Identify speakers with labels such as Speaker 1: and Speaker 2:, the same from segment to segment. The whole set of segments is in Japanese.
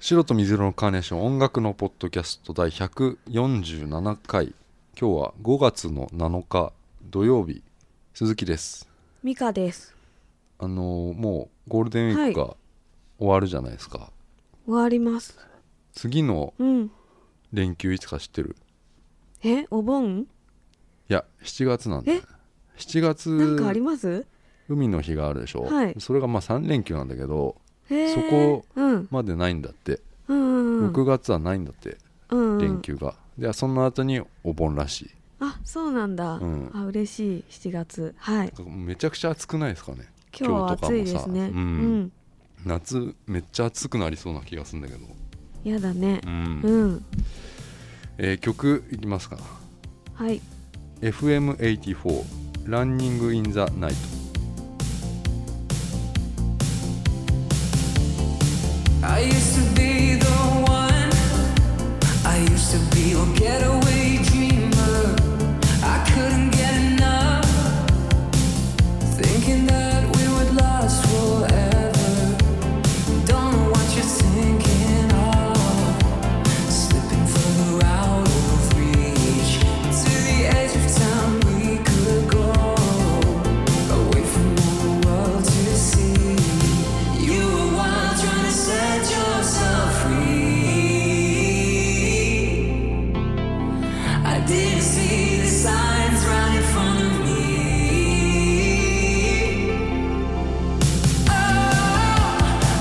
Speaker 1: 白と水色のカーネーション音楽のポッドキャスト第147回今日は5月の7日土曜日鈴木です
Speaker 2: ミカです
Speaker 1: あのーもうゴールデンウィークが終わるじゃないですか、
Speaker 2: 終わります
Speaker 1: 次の
Speaker 2: うん
Speaker 1: 連休いつか知ってる
Speaker 2: えお盆
Speaker 1: いや7月なんだ
Speaker 2: え
Speaker 1: 7月
Speaker 2: なんかあります
Speaker 1: 海の日があるでしょ、
Speaker 2: はい
Speaker 1: それがまあ3連休なんだけど
Speaker 2: へー
Speaker 1: そこ
Speaker 2: うん
Speaker 1: までないんだって、
Speaker 2: うんうん
Speaker 1: 6月はないんだって
Speaker 2: うん
Speaker 1: 連休が、でその後にお盆らしい
Speaker 2: あそうなんだ、
Speaker 1: うん
Speaker 2: あ嬉しい7月はい
Speaker 1: めちゃくちゃ暑くないですかね
Speaker 2: 今日は暑いです
Speaker 1: 今日とかもさう
Speaker 2: ねうんん
Speaker 1: 夏めっちゃ暑くなりそうな気がするんだけど、
Speaker 2: やだね
Speaker 1: うん
Speaker 2: うん、
Speaker 1: えー曲いきますか
Speaker 2: はい
Speaker 1: FM84 ランニングインザナイト
Speaker 3: I used to be the one. I used to be your getaway dreamer. I couldn't get enough. Thinking that we would last forever. Don't know what you're thinking of. Slipping further out of reach. To the edge of time we could go. Away from all the world to see. You were wild trying to set yourself free. I didn't see the signs right in front of me. Oh,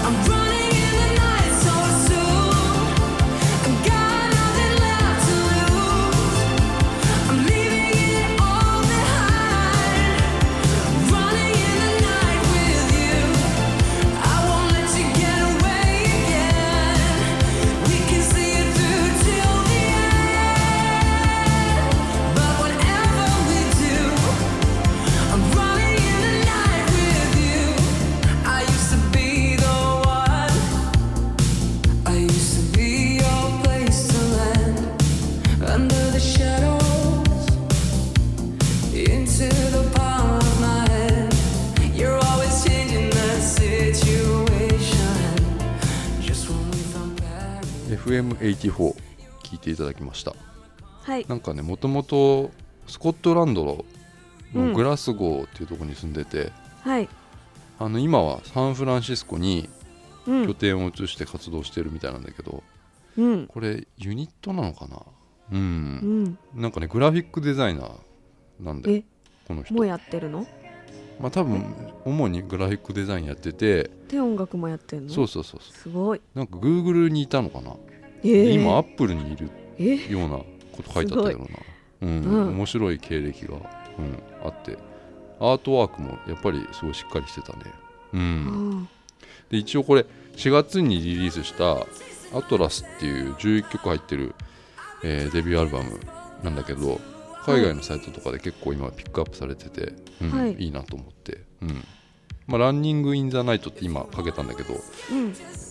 Speaker 3: I'm running in the night so soon. I've got nothing left to lose. I'm leaving it all behind. Running in the night with you. I won't let you get away again. We can see it through till the end. But whatever we do. I'm running in the night with you. I used to be the one. I used to be your place to land under the shadows, into the palm of my hand. You're always changing that situation. Just when we found back.
Speaker 1: FM84 聞いていただきました
Speaker 2: はい
Speaker 1: なんかねもともとスコットランドのグラスゴーっていうところに住んでて、
Speaker 2: はい
Speaker 1: あの今はサンフランシスコに
Speaker 2: う
Speaker 1: 拠
Speaker 2: ん
Speaker 1: 点を移して活動してるみたいなんだけど
Speaker 2: うん
Speaker 1: これユニットなのかなう、
Speaker 2: うんん
Speaker 1: なんかねグラフィックデザイナーなんだよ
Speaker 2: え
Speaker 1: この人
Speaker 2: もうやってるの
Speaker 1: まあ多分主にグラフィックデザインやってて
Speaker 2: で音楽もやってるの
Speaker 1: そうそうそうそ
Speaker 2: すごいう
Speaker 1: なんか Google にいたのかな、
Speaker 2: え
Speaker 1: で
Speaker 2: ー、
Speaker 1: 今 Apple にいる
Speaker 2: え
Speaker 1: ようなこと書いてあったけどなうん、
Speaker 2: うん
Speaker 1: 面白い経歴が、うん、あってアートワークもやっぱりすごいしっかりしてたねう
Speaker 2: うんん
Speaker 1: で一応これ4月にリリースした「アトラスっていう11曲入ってる、えーデビューアルバムなんだけど海外のサイトとかで結構今ピックアップされてて、うん
Speaker 2: はい
Speaker 1: い、いなと思って、うんまあ、ランニング・イン・ザ・ナイトって今かけたんだけど
Speaker 2: うん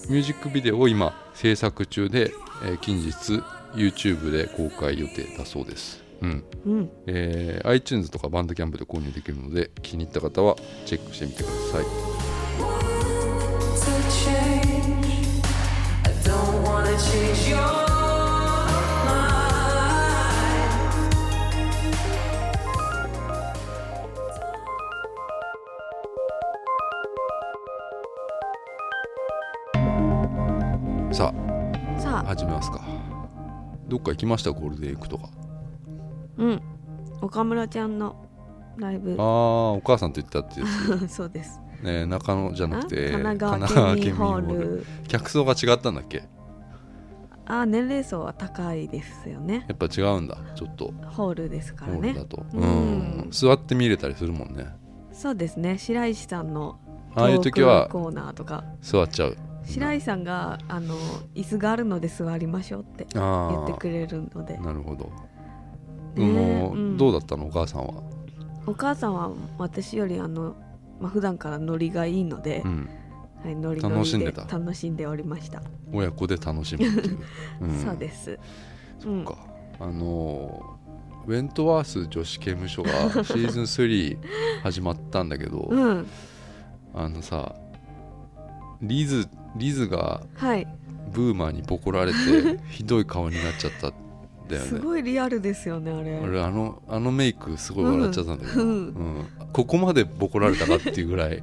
Speaker 1: ミュージックビデオを今制作中で、えー近日 YouTube で公開予定だそうです、うん
Speaker 2: うん
Speaker 1: えー iTunes とかバンドキャンプで購入できるので気に入った方はチェックしてみてください
Speaker 3: To change, I don't wanna change your mind.
Speaker 1: さあ
Speaker 2: さあ
Speaker 1: 始めますかどっか行きましたゴールデンウィークとか
Speaker 2: うん岡村ちゃんのライブ
Speaker 1: ああお母さんと言ったってや
Speaker 2: そうです
Speaker 1: つ、ね、中野じゃなくて
Speaker 2: 神奈川県民ホー
Speaker 1: 神奈川
Speaker 2: ル
Speaker 1: 県民客層が違ったんだっけ
Speaker 2: あ年齢層は高いですよね
Speaker 1: やっぱ違うんだちょっと
Speaker 2: ホールですか
Speaker 1: ホ
Speaker 2: ら
Speaker 1: ールだ
Speaker 2: ね
Speaker 1: と、
Speaker 2: うん
Speaker 1: うん座って見れたりするもんね
Speaker 2: そうですね白石さんの
Speaker 1: ああいう
Speaker 2: トーク
Speaker 1: 時は
Speaker 2: コーナーとか
Speaker 1: 座っちゃう
Speaker 2: 白石さんがあの椅子があるので座りましょうって言
Speaker 1: あ
Speaker 2: ってくれるので
Speaker 1: あなるほど、
Speaker 2: ね
Speaker 1: もう
Speaker 2: うん
Speaker 1: どうだったのお母さんは、
Speaker 2: お母さんは私よりあの、まあ、普段からノリがいいので、
Speaker 1: うん、
Speaker 2: はい、ノリノリで
Speaker 1: 楽しんでた
Speaker 2: 楽しんでおりました、
Speaker 1: 親子で楽しむっていう、ん
Speaker 2: そうです
Speaker 1: そっか、あのーウェントワース女子刑務所がシーズン3始まったんだけど、
Speaker 2: うん
Speaker 1: あのさリズリズが
Speaker 2: はい
Speaker 1: ブーマーにボコ られてひどい顔になっちゃったんだよ
Speaker 2: す
Speaker 1: ね
Speaker 2: ごいリアルですよねあれ
Speaker 1: 俺あのあのメイクすごい笑っちゃったんだけど、
Speaker 2: う
Speaker 1: うんんここまでボコられたかっていうぐらい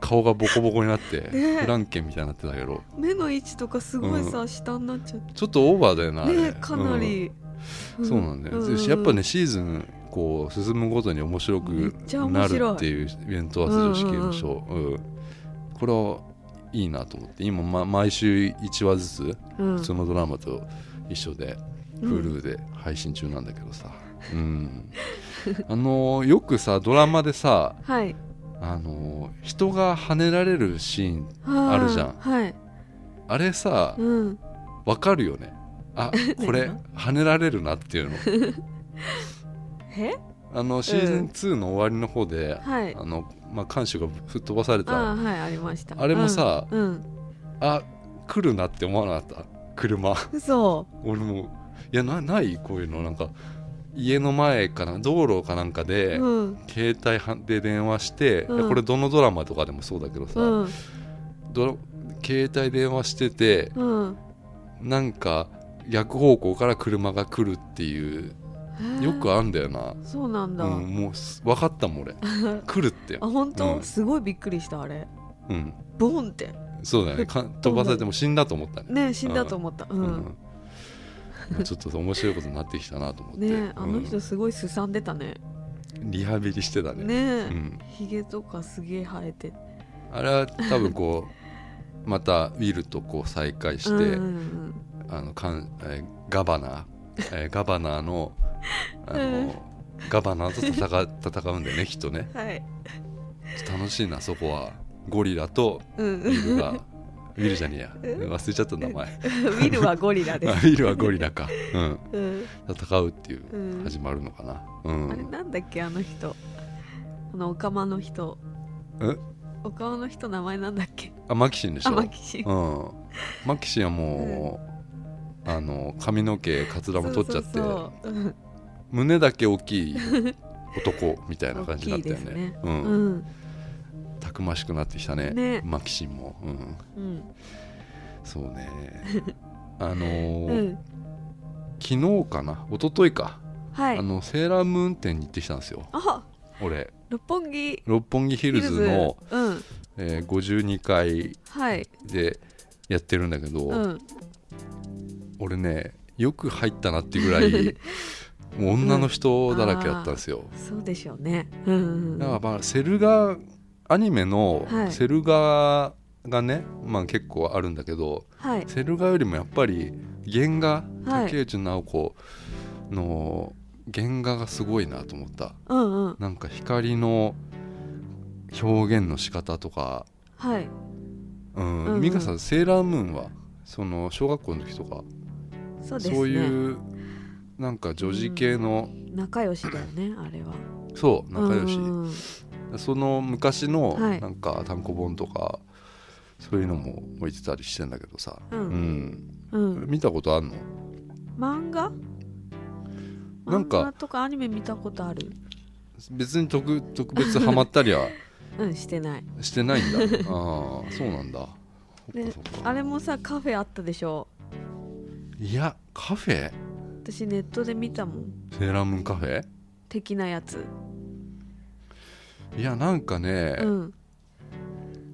Speaker 1: 顔がボコボコになって、
Speaker 2: ね
Speaker 1: フランケンみたいになってたけど
Speaker 2: 目の位置とかすごいさ、
Speaker 1: う
Speaker 2: 下になっちゃって
Speaker 1: ちょっとオーバーだよなあれ
Speaker 2: ねかなり、
Speaker 1: うんそうなんだよ、
Speaker 2: う
Speaker 1: やっぱねシーズンこう進むごとに面白
Speaker 2: めっ
Speaker 1: く
Speaker 2: ちゃ面
Speaker 1: な
Speaker 2: 白い
Speaker 1: るっていうイベントは女子刑務所、うんこれはいいなと思って今、ま、毎週1話ずつ
Speaker 2: うん
Speaker 1: 普通のドラマと一緒で、
Speaker 2: うん
Speaker 1: Hulu で配信中なんだけどさ、うんあのよくさドラマでさ
Speaker 2: はい
Speaker 1: あの人が跳ねられるシーン
Speaker 2: あー
Speaker 1: あるじゃん
Speaker 2: はい
Speaker 1: あれさ
Speaker 2: うん
Speaker 1: わかるよねあこ れ跳ねられるなっていうの
Speaker 2: え
Speaker 1: あのシーズン2の終わりの方で、
Speaker 2: はい
Speaker 1: あのまあ、看守が吹っ飛ばされた
Speaker 2: あ
Speaker 1: あ
Speaker 2: ーはいありました
Speaker 1: れもさ
Speaker 2: うん、うん、
Speaker 1: 来るなって思わなかった車
Speaker 2: 嘘
Speaker 1: 俺もいやなないこういうのなんか家の前かな道路かなんかで、
Speaker 2: うん
Speaker 1: 携帯はで電話して、
Speaker 2: うん
Speaker 1: いやこれどのドラマとかでもそうだけどさ、
Speaker 2: うん
Speaker 1: ドラ携帯電話してて
Speaker 2: うん
Speaker 1: なんか逆方向から車が来るっていうよく
Speaker 2: あ
Speaker 1: あんだよな、
Speaker 2: そうなんだ、
Speaker 1: うん、もうす分かったもん 俺来るって
Speaker 2: あ、本当、
Speaker 1: うん
Speaker 2: すごいびっくりしたあれ
Speaker 1: うん、
Speaker 2: ボンって
Speaker 1: そうだよねか飛ばされても死んだと思ったね
Speaker 2: ね死んだと思ったうん、
Speaker 1: うん ちょっと面白いことになってきたなと思って、
Speaker 2: ねあの
Speaker 1: う
Speaker 2: 人すごいすさんでたね
Speaker 1: んリハビリしてたね
Speaker 2: ねえ、
Speaker 1: うん
Speaker 2: ひげとかすげえ生えて
Speaker 1: あれは多分こう またウィルとこう再会して、
Speaker 2: うんうん
Speaker 1: あのかん、えーガバナー、えーガバナーのあの、
Speaker 2: うん
Speaker 1: ガバナーと戦戦うんだよねきっとね
Speaker 2: うん、はい
Speaker 1: ちょっと楽しいなそこはゴリラと
Speaker 2: うん
Speaker 1: ウィル がウィルじゃねえや
Speaker 2: うん
Speaker 1: 忘れちゃった名 前あ
Speaker 2: ウィルはゴリラ
Speaker 1: ウ
Speaker 2: です
Speaker 1: ィルはゴリラか、うん、
Speaker 2: うん、
Speaker 1: 戦うっていううん始まるのかな、うん
Speaker 2: あれなんだっけあの人あのオカマの人
Speaker 1: え
Speaker 2: オカマの人名前なんだっけ
Speaker 1: あマキシンでし
Speaker 2: あ
Speaker 1: ょ
Speaker 2: マキシン
Speaker 1: うん、マキシンはもう、あの髪の毛かつらも取っちゃって
Speaker 2: そうそうそう
Speaker 1: 胸だけ大きい男みたいな感じになったよ
Speaker 2: 大き
Speaker 1: ね
Speaker 2: いですね
Speaker 1: う
Speaker 2: うんん
Speaker 1: たくましくなってきたね
Speaker 2: ね
Speaker 1: マキシンも、うん、
Speaker 2: うん
Speaker 1: そう ねあのー
Speaker 2: うん
Speaker 1: 昨日かな一昨日か、
Speaker 2: はい
Speaker 1: あのセーラームーン店に行ってきたんですよ
Speaker 2: あ
Speaker 1: 俺
Speaker 2: 六本木
Speaker 1: 六本木ヒ
Speaker 2: ヒ
Speaker 1: ルズの、
Speaker 2: うん
Speaker 1: えー52階
Speaker 2: はい
Speaker 1: でやってるんだけど、
Speaker 2: うん
Speaker 1: 俺ねよく入ったなっていうぐら いもう女の人だらけだったんですよ、
Speaker 2: そうでしょうねうん
Speaker 1: だか
Speaker 2: う
Speaker 1: らま
Speaker 2: ん
Speaker 1: あセルガアニメの
Speaker 2: はい
Speaker 1: セルガがね、まあ、結構あるんだけど
Speaker 2: はい
Speaker 1: セルガよりもやっぱり原画
Speaker 2: はい
Speaker 1: 竹内直子の原画がすごいなと思った
Speaker 2: うんうん
Speaker 1: なんか光の表現の仕方とか、
Speaker 2: はい
Speaker 1: うん
Speaker 2: うんうん
Speaker 1: 美香さんセーラームーンはその小学校の時とか
Speaker 2: そうです
Speaker 1: そう,、
Speaker 2: ね
Speaker 1: いうなんか女児系の、
Speaker 2: 仲良しだよねあれは
Speaker 1: そう仲良し、
Speaker 2: うんうん
Speaker 1: その昔の
Speaker 2: はい
Speaker 1: なんか単行本とか、そういうのも置いてたりしてんだけどさ、
Speaker 2: うん
Speaker 1: うん
Speaker 2: うんうん
Speaker 1: 見たことあんの
Speaker 2: 漫画
Speaker 1: なんか
Speaker 2: 漫画とかアニメ見たことある
Speaker 1: 別に特特別ハマったりは
Speaker 2: うんしてない
Speaker 1: してない んだああそうなんだそっ
Speaker 2: ね
Speaker 1: かそっか
Speaker 2: あれもさカフェあったでしょ
Speaker 1: いやカフェ
Speaker 2: 私ネットで見たもん
Speaker 1: セーラームーンカフェ
Speaker 2: 的なやつ
Speaker 1: いやなんかね、
Speaker 2: うん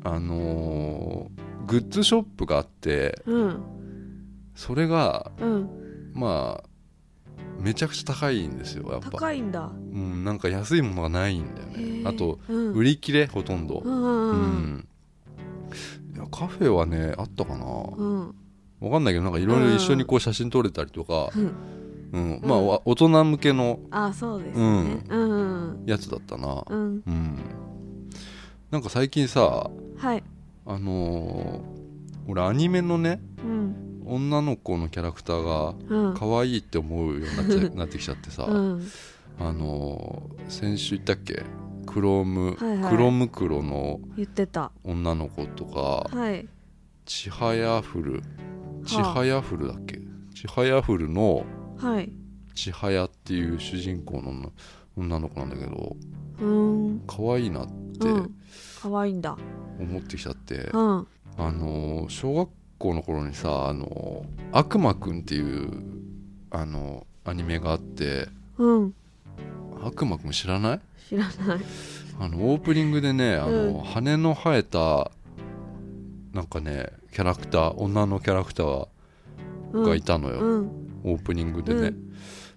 Speaker 1: あのーグッズショップがあって
Speaker 2: うん
Speaker 1: それが
Speaker 2: うん
Speaker 1: まあめちゃくちゃ高いんですよやっぱ
Speaker 2: 高いんだ
Speaker 1: うん、なんか安いものがないんだよね
Speaker 2: へー
Speaker 1: あと
Speaker 2: うん
Speaker 1: 売り切れほとんど、
Speaker 2: うんうん
Speaker 1: う
Speaker 2: うん
Speaker 1: んいやカフェはねあったかな、わ
Speaker 2: うん
Speaker 1: かんないけどなんかいろいろ一緒にこう写真撮れたりとか、
Speaker 2: うん
Speaker 1: うん
Speaker 2: ん
Speaker 1: まあわ大人向けの
Speaker 2: あそうですねうんうん
Speaker 1: やつだったな
Speaker 2: う、ん
Speaker 1: うんなんか最近さ
Speaker 2: はい
Speaker 1: あのー俺アニメのね
Speaker 2: うん
Speaker 1: 女の子のキャラクターが
Speaker 2: うん
Speaker 1: 可愛いって思うようになっ ちゃなってきちゃってさ、
Speaker 2: うん
Speaker 1: あのー先週言ったっけクローム、
Speaker 2: はいは
Speaker 1: ク
Speaker 2: い
Speaker 1: ロムクロの
Speaker 2: 言ってた
Speaker 1: 女の子とか、
Speaker 2: はい
Speaker 1: ちはやふるちはやふるだっけちはやふるの
Speaker 2: はい
Speaker 1: ちはやっていう主人公の女女の子なんだけど
Speaker 2: うん
Speaker 1: 可愛いなって
Speaker 2: うん可愛いんだ
Speaker 1: 思ってきちゃって、
Speaker 2: うん
Speaker 1: あのー小学校の頃にさ「あの悪魔くん」っていうあのアニメがあって
Speaker 2: うん
Speaker 1: 悪魔くん知らない
Speaker 2: 知らない
Speaker 1: あのオープニングでねあの、
Speaker 2: うん
Speaker 1: 羽の生えたなんかねキャラクター女のキャラクター
Speaker 2: うん
Speaker 1: がいたのよ、
Speaker 2: うん
Speaker 1: オープニングでね、
Speaker 2: う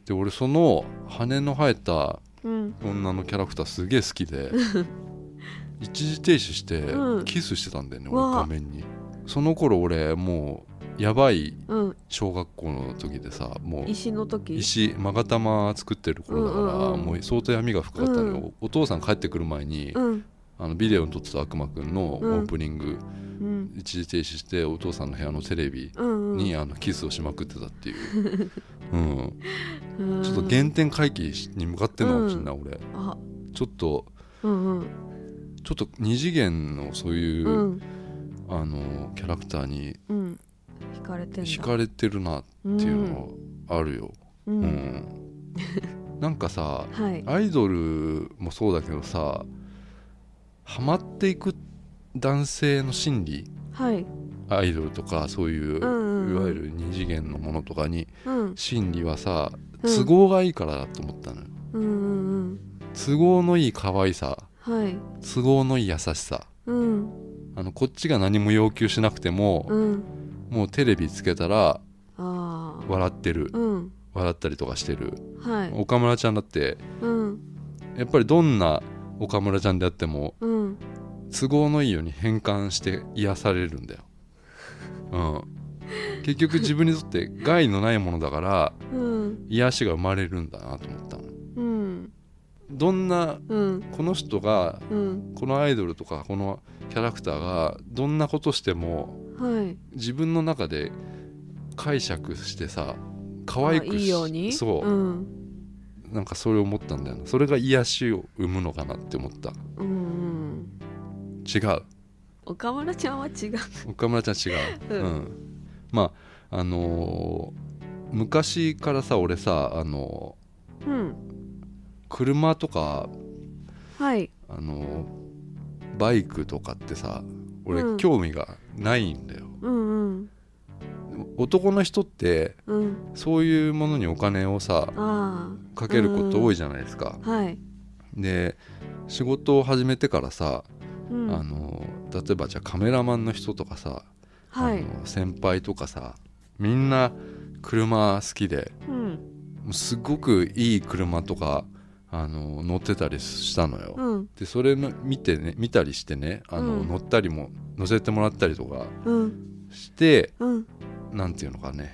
Speaker 1: で俺その羽の生えた
Speaker 2: うん
Speaker 1: 女のキャラクターすげえ好き で一時停止して
Speaker 2: うん
Speaker 1: キスしてたんだよね、
Speaker 2: わ
Speaker 1: 俺
Speaker 2: あ
Speaker 1: 画面にその頃俺もうやばい
Speaker 2: うん
Speaker 1: 小学校の時でさもう
Speaker 2: 石の時
Speaker 1: 石勾玉作ってる頃だから、
Speaker 2: うんうんうん
Speaker 1: もう相当闇が深かったのよ、
Speaker 2: う
Speaker 1: お父さん帰ってくる前に、
Speaker 2: うん
Speaker 1: あのビデオに撮ってた悪魔くんのオ
Speaker 2: うん
Speaker 1: ープニング、
Speaker 2: うん
Speaker 1: 一時停止してお父さんの部屋のテレビ
Speaker 2: うんうん
Speaker 1: に、あのキスをしまくってたっていう、 うん、
Speaker 2: うん
Speaker 1: ちょっと原点回帰に向かってんのかもしんない、俺
Speaker 2: あ
Speaker 1: ちょっと
Speaker 2: うんうん
Speaker 1: ちょっと二次元のそういう、
Speaker 2: うん
Speaker 1: あのキャラクターに
Speaker 2: うん惹かれてんだ
Speaker 1: 惹かれてるなっていうのがあるよ、
Speaker 2: う、
Speaker 1: うんん
Speaker 2: うん、
Speaker 1: なんかさ
Speaker 2: はい
Speaker 1: アイドルもそうだけどさハマっていく男性の心理
Speaker 2: はい
Speaker 1: アイドルとかそういう、
Speaker 2: うんうんうん
Speaker 1: いわゆる二次元のものとかに
Speaker 2: うん
Speaker 1: 心理はさ
Speaker 2: う
Speaker 1: 都
Speaker 2: ん
Speaker 1: 合がいいからだと思ったのよ、
Speaker 2: うんうんうん
Speaker 1: 都合のいい可愛さ
Speaker 2: はい
Speaker 1: 都合のいい優しさ
Speaker 2: うん
Speaker 1: あのこっちが何も要求しなくても、
Speaker 2: うん
Speaker 1: もうテレビつけたら
Speaker 2: ああ
Speaker 1: 笑ってる
Speaker 2: うん
Speaker 1: 笑ったりとかしてる
Speaker 2: はい
Speaker 1: 岡村ちゃんだって
Speaker 2: うん
Speaker 1: やっぱりどんな岡村ちゃんであっても
Speaker 2: うん
Speaker 1: 都合のいいように変換して癒されるんだよ、うん、結局自分にとって害のないものだから
Speaker 2: うん
Speaker 1: 癒しが生まれるんだなと思ったの
Speaker 2: うん
Speaker 1: どんな
Speaker 2: うん
Speaker 1: この人が
Speaker 2: うん
Speaker 1: このアイドルとかこのキャラクターがどんなことしても
Speaker 2: はい
Speaker 1: 自分の中で解釈してさ可愛
Speaker 2: あ
Speaker 1: く
Speaker 2: い
Speaker 1: し
Speaker 2: いように
Speaker 1: そう、
Speaker 2: うん
Speaker 1: なんかそれを思ったんだよなそれが癒しを生むのかなって思った
Speaker 2: うんうん
Speaker 1: 違 う
Speaker 2: 岡村ちゃんは違う
Speaker 1: 岡村ちゃん違う、
Speaker 2: うん
Speaker 1: まああのー昔からさ俺さ、あの
Speaker 2: うん
Speaker 1: ー車とか、
Speaker 2: はい
Speaker 1: あのーバイクとかってさ俺、
Speaker 2: うん
Speaker 1: 興味がないんだよ
Speaker 2: うんうん
Speaker 1: 男の人って
Speaker 2: うん
Speaker 1: そういうものにお金をさ
Speaker 2: あ
Speaker 1: かけること多いじゃないですか、
Speaker 2: あはい
Speaker 1: で仕事を始めてからさ、
Speaker 2: うん
Speaker 1: あのー例えばじゃあカメラマンの人とかさ、
Speaker 2: はい
Speaker 1: あの先輩とかさみんな車好きで
Speaker 2: うん
Speaker 1: もうすごくいい車とかあの乗ってたりしたのよ、
Speaker 2: うん
Speaker 1: でそれの見てね見たりしてねあの、
Speaker 2: うん
Speaker 1: 乗ったりも乗せてもらったりとか
Speaker 2: うん
Speaker 1: して
Speaker 2: うん
Speaker 1: なんていうのかね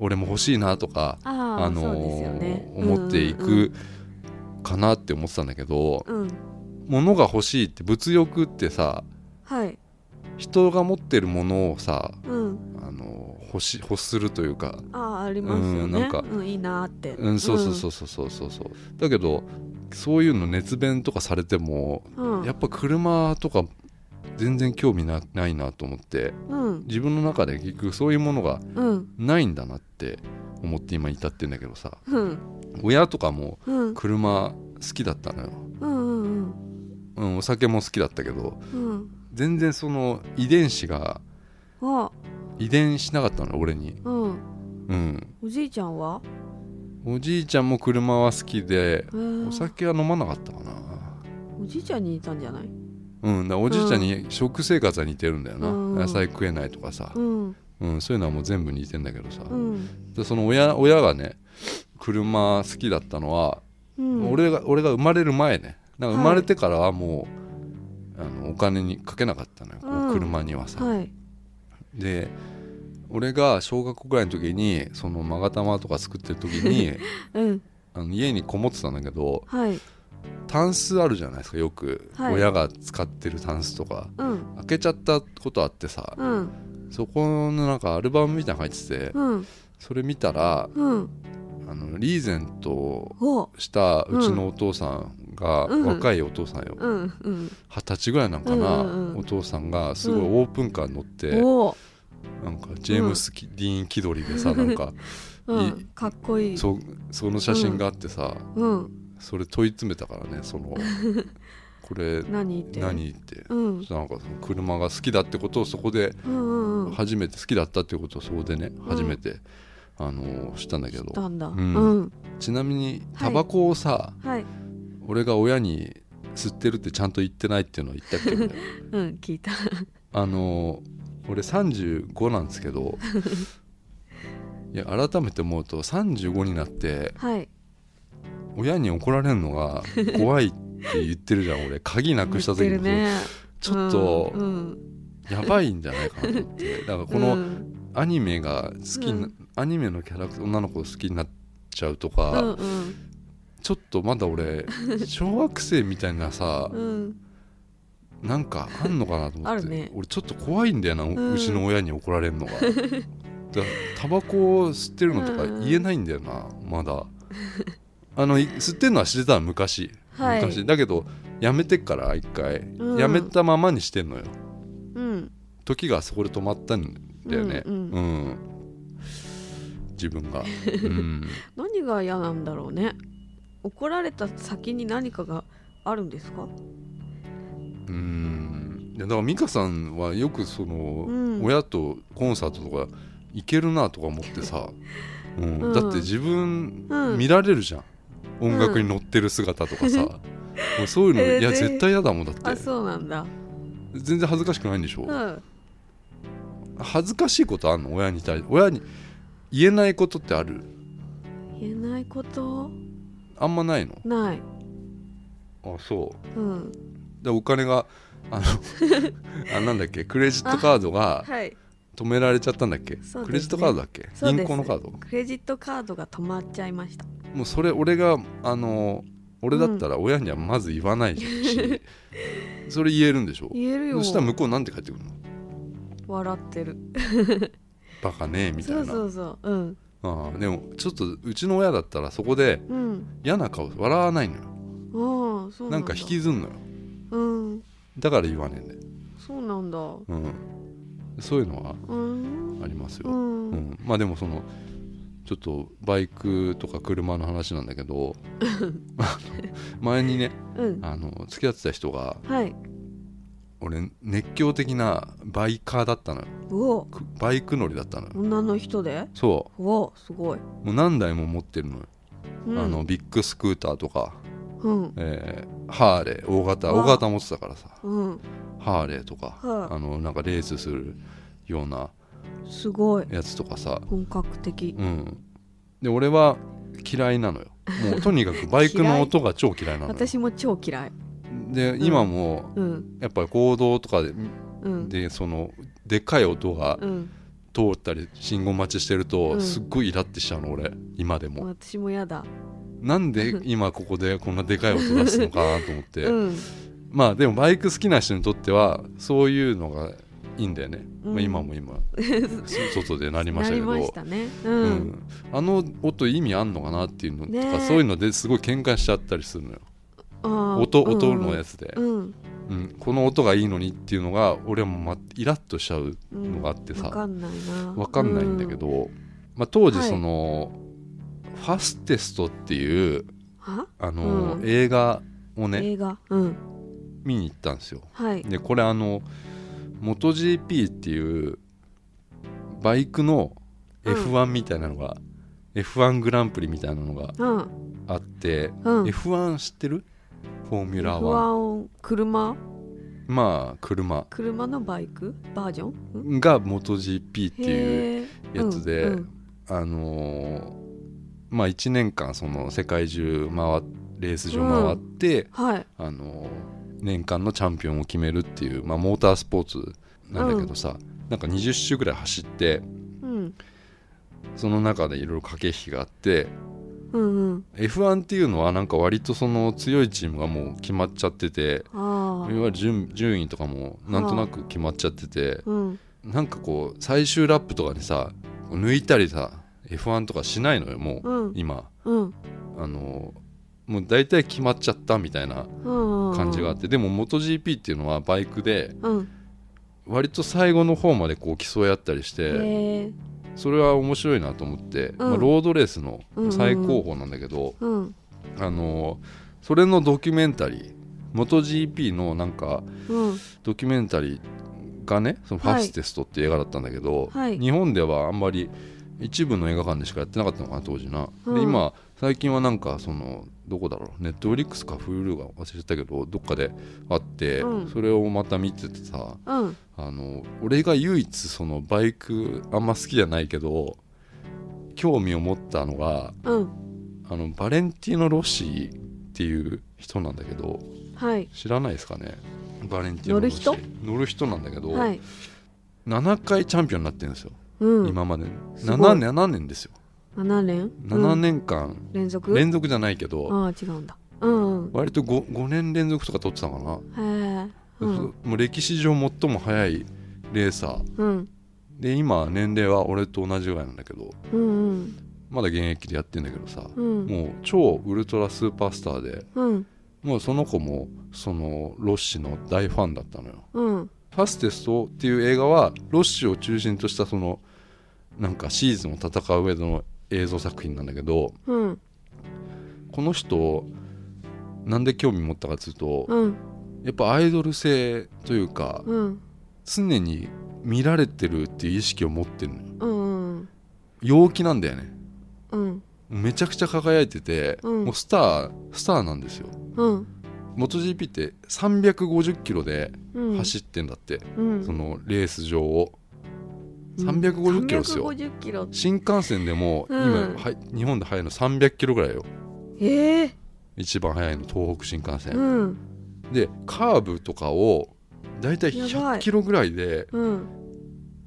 Speaker 1: 俺も欲しいなとか
Speaker 2: ああ
Speaker 1: あの
Speaker 2: そうですよね
Speaker 1: 思っていくかなって思ってたんだけど、
Speaker 2: うんうんうん
Speaker 1: 物が欲しいって物欲ってさ
Speaker 2: はい
Speaker 1: 人が持ってるものをさ
Speaker 2: うん
Speaker 1: あの欲し欲するというか
Speaker 2: ああありますよね
Speaker 1: うんなんか
Speaker 2: うんいいなーって
Speaker 1: うん、そうそうそうそうそうそうそうだけどそういうの熱弁とかされても
Speaker 2: うん
Speaker 1: やっぱ車とか全然興味なないなと思って
Speaker 2: うん
Speaker 1: 自分の中で結局そういうものが
Speaker 2: うん
Speaker 1: ないんだなって思って今至ってんだけどさ
Speaker 2: うん
Speaker 1: 親とかも
Speaker 2: うん
Speaker 1: 車好きだったのよ、
Speaker 2: うんうん
Speaker 1: うん、お酒も好きだったけど
Speaker 2: うん
Speaker 1: 全然その遺伝子が
Speaker 2: うんあ
Speaker 1: 遺伝しなかったの俺に
Speaker 2: うん
Speaker 1: うん
Speaker 2: おじいちゃんは
Speaker 1: おじいちゃんも車は好きで
Speaker 2: へー
Speaker 1: お酒は飲まなかったかな
Speaker 2: おじいちゃんに似たんじゃない
Speaker 1: うん、だからおじいちゃんに食生活は似てるんだよな、
Speaker 2: うん
Speaker 1: 野菜食えないとかさ
Speaker 2: う、ん
Speaker 1: うんそういうのはもう全部似てんだけどさ、
Speaker 2: うん
Speaker 1: でその親親がね車好きだったのは、
Speaker 2: うん
Speaker 1: 俺が俺が生まれる前ねなんか生まれてからはもう、あのお金にかけなかったのよ、
Speaker 2: うん
Speaker 1: 車にはさ、
Speaker 2: はい
Speaker 1: で俺が小学校ぐらいの時にその勾玉とか作ってる時 に
Speaker 2: うん
Speaker 1: あの家にこもってたんだけど
Speaker 2: はい
Speaker 1: タンスあるじゃないですかよく、
Speaker 2: はい
Speaker 1: 親が使ってるタンスとか
Speaker 2: うん
Speaker 1: 開けちゃったことあってさ、
Speaker 2: うん
Speaker 1: そこのなんかアルバムみたいなの入ってて、
Speaker 2: うん
Speaker 1: それ見たら
Speaker 2: うん
Speaker 1: あのリーゼントを
Speaker 2: お
Speaker 1: したうちのお父さんが、
Speaker 2: うん
Speaker 1: 若いお父さんよ
Speaker 2: うんうん
Speaker 1: 二十歳ぐらいなんかな、
Speaker 2: うんうんうん
Speaker 1: お父さんがすごい
Speaker 2: うん
Speaker 1: オープンカーに乗って、
Speaker 2: おお
Speaker 1: なんかジェームス・キディーン気取りでさなんか
Speaker 2: う
Speaker 1: い
Speaker 2: んかっこいい
Speaker 1: そその写真があってさ、
Speaker 2: うん
Speaker 1: それ問い詰めたからねそのここれ
Speaker 2: 何って
Speaker 1: 何って、
Speaker 2: うん
Speaker 1: なんかその車が好きだってことをそこで
Speaker 2: うんうんうん
Speaker 1: 初めて好きだったっていうことをそこでね初めて、あの知ったんだけど
Speaker 2: たんだ、
Speaker 1: う
Speaker 2: うんん
Speaker 1: ちなみに
Speaker 2: は
Speaker 1: タ
Speaker 2: い
Speaker 1: バコをさ、
Speaker 2: はい
Speaker 1: 俺が親に吸ってるってちゃんと言ってないっていうのは言ったっけど
Speaker 2: うん聞いた
Speaker 1: あの俺35なんですけど いや改めて思うと35になって
Speaker 2: はい
Speaker 1: 親に怒られるのが怖いって言ってるじゃん俺鍵なくした時
Speaker 2: 言って
Speaker 1: に、
Speaker 2: るね
Speaker 1: ちょっと
Speaker 2: うんうん
Speaker 1: やばいんじゃないかなと思ってだからこ
Speaker 2: う
Speaker 1: の
Speaker 2: ん
Speaker 1: アニメが好きな、
Speaker 2: うん
Speaker 1: アニメのキャラクター女の子を好きになっちゃうと
Speaker 2: う
Speaker 1: か、
Speaker 2: んうん
Speaker 1: ちょっとまだ 俺小学生みたいなさ、
Speaker 2: うん
Speaker 1: なんかあんのかなと思って
Speaker 2: あるね
Speaker 1: 俺ちょっと怖いんだよな、うんうちの親に怒られるの がだからタバコを吸ってるのとか言えないんだよな、まだあのい吸ってるのは知ってたの昔、
Speaker 2: はい
Speaker 1: 昔だけどやめてっから一回、
Speaker 2: うん
Speaker 1: やめたままにしてんのよ
Speaker 2: うん
Speaker 1: 時がそこで止まったんだよね
Speaker 2: うんう
Speaker 1: うん自分 が、うん、
Speaker 2: 何が嫌なんだろうね怒られた先に何かがあるんですか
Speaker 1: うんいやだから美香さんはよくその、
Speaker 2: うん
Speaker 1: 親とコンサートとか行けるなとか思ってさ、うん
Speaker 2: うん
Speaker 1: だって自分
Speaker 2: うん
Speaker 1: 見られるじゃん、
Speaker 2: ん
Speaker 1: 音楽に乗ってる姿とかさ、もうそういうの、
Speaker 2: えー
Speaker 1: いや
Speaker 2: ぜ
Speaker 1: 絶対嫌だもんだっ
Speaker 2: あ
Speaker 1: て
Speaker 2: そうなんだ
Speaker 1: 全然恥ずかしくないんでしょ、
Speaker 2: うん
Speaker 1: 恥ずかしいことあんの親に対して親に言えないことってある
Speaker 2: 言えないこと
Speaker 1: あんまないの
Speaker 2: ない
Speaker 1: あそう
Speaker 2: うん
Speaker 1: でお金が あのあなんだっけクレジットカードが
Speaker 2: はい
Speaker 1: 止められちゃったんだっけ、
Speaker 2: そうですね
Speaker 1: クレジットカードだっけ
Speaker 2: そうで
Speaker 1: 銀
Speaker 2: す
Speaker 1: 行のカード
Speaker 2: クレジットカードが止まっちゃいました
Speaker 1: もうそれ俺があの俺だったら親にはまず言わないし、それ言えるんでしょ
Speaker 2: 言えるよ
Speaker 1: そしたら向こうなんて帰ってくるの
Speaker 2: 笑ってる
Speaker 1: バカねみたい
Speaker 2: そ
Speaker 1: な
Speaker 2: うそうそううん
Speaker 1: ああでもちょっとうちの親だったらそこで
Speaker 2: うん
Speaker 1: 嫌な顔笑わないのよ
Speaker 2: ああそう
Speaker 1: な
Speaker 2: なんだ
Speaker 1: んか引きずんのよ
Speaker 2: うん
Speaker 1: だから言わねえんだよ、
Speaker 2: そうなんだ
Speaker 1: うん、そういうのは
Speaker 2: うん
Speaker 1: ありますよ、
Speaker 2: う
Speaker 1: うん
Speaker 2: ん、
Speaker 1: まあでもそのちょっとバイクとか車の話なんだけ どあの前にね
Speaker 2: うん、
Speaker 1: あの付き合ってた人が
Speaker 2: はい
Speaker 1: 俺熱狂的なバイカーだったのよ
Speaker 2: うお
Speaker 1: くバイク乗りだったのよ
Speaker 2: 女の人で
Speaker 1: そう
Speaker 2: おすごい、
Speaker 1: うもう何台も持ってるのよ、
Speaker 2: うん、
Speaker 1: あのビッグスクーターとか、
Speaker 2: うん
Speaker 1: えーハーレー大型
Speaker 2: うわ
Speaker 1: 大型持ってたからさ
Speaker 2: うん
Speaker 1: ハーレーとか、
Speaker 2: はい
Speaker 1: あのなんかレースするような
Speaker 2: すごい
Speaker 1: やつとかさ
Speaker 2: 本格的
Speaker 1: うんで俺は嫌いなのよもうとにかくバイク
Speaker 2: 嫌
Speaker 1: の
Speaker 2: い
Speaker 1: 音が超嫌いなのよ
Speaker 2: 私も超嫌い
Speaker 1: で今も
Speaker 2: うん
Speaker 1: やっぱり行動とかで,、
Speaker 2: うん
Speaker 1: でそのでっかい音が
Speaker 2: うん
Speaker 1: 通ったり信号待ちしてると、
Speaker 2: うん
Speaker 1: すっごいイラってしちゃうの俺今でも
Speaker 2: 私もやだ
Speaker 1: なんで今ここでこんなでかい音出すのかなと思って、
Speaker 2: うん
Speaker 1: まあでもバイク好きな人にとってはそういうのがいいんだよね、
Speaker 2: うん
Speaker 1: まあ、今も今 そ外でなりました
Speaker 2: な
Speaker 1: けど
Speaker 2: りましたねう、
Speaker 1: うんんあの音意味あんのかなっていうのとか、
Speaker 2: ねえ
Speaker 1: そういうのですごい喧嘩しちゃったりするのよ
Speaker 2: あー
Speaker 1: 音
Speaker 2: うん
Speaker 1: 音のやつで、
Speaker 2: うん
Speaker 1: うんこの音がいいのにっていうのが俺はもうまイラッとしちゃう
Speaker 2: うん
Speaker 1: のがあってさ
Speaker 2: わかんないな
Speaker 1: わかんないんだけど、まあ、当時その、ファステストっていう
Speaker 2: は
Speaker 1: あの、
Speaker 2: うん
Speaker 1: 映画をね
Speaker 2: 映画うん
Speaker 1: 見に行ったんですよ
Speaker 2: はい
Speaker 1: でこれあの MotoGP っていうバイクの
Speaker 2: うん
Speaker 1: F1 みたいなのが、F1 グランプリみたいなのが
Speaker 2: うん
Speaker 1: あって、
Speaker 2: うん
Speaker 1: F1 知ってるフォーミュラー
Speaker 2: 不
Speaker 1: 1
Speaker 2: 安車
Speaker 1: まあ車
Speaker 2: 車のバイクバージョン
Speaker 1: が MotoGP っていう
Speaker 2: へー
Speaker 1: やつで、
Speaker 2: うんうん
Speaker 1: あのーまあ1年間その世界中回っレース場回って、
Speaker 2: はい
Speaker 1: あの年間のチャンピオンを決めるっていう、まあ、モータースポーツなんだけどさ、なんか20周ぐらい走って
Speaker 2: うん
Speaker 1: その中でいろいろ駆け引きがあって
Speaker 2: うんうん
Speaker 1: F1 っていうのはなんか割とその強いチームがもう決まっちゃっててい
Speaker 2: あ
Speaker 1: わ
Speaker 2: あ
Speaker 1: ゆる順順位とかもなんとなく決まっちゃってて
Speaker 2: うん
Speaker 1: なんかこう最終ラップとかにさ抜いたりさ F1 とかしないのよもう、
Speaker 2: うん
Speaker 1: 今
Speaker 2: うん
Speaker 1: あのもう大体決まっちゃったみたいな
Speaker 2: うん
Speaker 1: 感じがあって、でも MotoGP っていうのはバイクで
Speaker 2: うん
Speaker 1: 割と最後の方までこう競い合ったりし
Speaker 2: へ
Speaker 1: て
Speaker 2: え
Speaker 1: それは面白いなと思って、まあ、ロードレースの最高峰なんだけど、
Speaker 2: うん
Speaker 1: あのそれのドキュメンタリー MotoGP のなんか
Speaker 2: うん
Speaker 1: ドキュメンタリーがねそのフ
Speaker 2: はい
Speaker 1: ァステストっていう映画だったんだけど、
Speaker 2: はい
Speaker 1: 日本ではあんまり一部の映画館でしかやってなかったのかな当時な、
Speaker 2: うん
Speaker 1: で今最近はなんかそのどこだろうネットフリックスか Hulu が忘れちゃったけどどっかであって、
Speaker 2: うん
Speaker 1: それをまた見ててさ
Speaker 2: うん
Speaker 1: あの俺が唯一そのバイクあんま好きじゃないけど興味を持ったのが
Speaker 2: うん
Speaker 1: あのバレンティーノ・ロッシーっていう人なんだけど
Speaker 2: はい
Speaker 1: 知らないですかねバレンティーノ・ロッシー
Speaker 2: 乗る
Speaker 1: 乗る人なんだけど、
Speaker 2: はい
Speaker 1: 7回チャンピオンになってるんですよ、
Speaker 2: うん
Speaker 1: 今までに
Speaker 2: すごい
Speaker 1: 7, 7年ですよ
Speaker 2: 7連
Speaker 1: 7年間、
Speaker 2: 連続
Speaker 1: 連続じゃないけど、
Speaker 2: ああ違うんだうんうん
Speaker 1: 割と 5, 5年連続とか取ってたのかな、
Speaker 2: へえうん
Speaker 1: もう歴史上最も速いレーサー
Speaker 2: うん
Speaker 1: で今年齢は俺と同じぐらいなんだけど
Speaker 2: うん
Speaker 1: まだ現役でやってんだけどさ、
Speaker 2: うんうん
Speaker 1: もう超ウルトラスーパースターで
Speaker 2: うん
Speaker 1: もうその子もそのロッシの大ファンだったのよ
Speaker 2: うん
Speaker 1: 「ファステスト」っていう映画はロッシを中心としたそのなんかシーズンを戦う上での映像作品なんだけど
Speaker 2: うん
Speaker 1: この人なんで興味持ったかっつうと
Speaker 2: うん
Speaker 1: やっぱアイドル性というか
Speaker 2: うん
Speaker 1: 常に見られてるっていう意識を持ってるのよ
Speaker 2: うん
Speaker 1: 陽気なんだよね
Speaker 2: うん
Speaker 1: めちゃくちゃ輝いてて、
Speaker 2: うん
Speaker 1: もうスタースターなんですよ
Speaker 2: うん
Speaker 1: MotoGP って350キロで
Speaker 2: うん
Speaker 1: 走ってんだって、
Speaker 2: うん
Speaker 1: そのレース上を
Speaker 2: うん
Speaker 1: 350キロですよ
Speaker 2: 350キロ
Speaker 1: 新幹線でも今、
Speaker 2: うん
Speaker 1: はい日本で速いの300キロぐらいよ
Speaker 2: ええ
Speaker 1: 一番速いの東北新幹線、
Speaker 2: うん
Speaker 1: でカーブとかをだいたい
Speaker 2: やば
Speaker 1: 100
Speaker 2: い
Speaker 1: キロぐらいで
Speaker 2: うん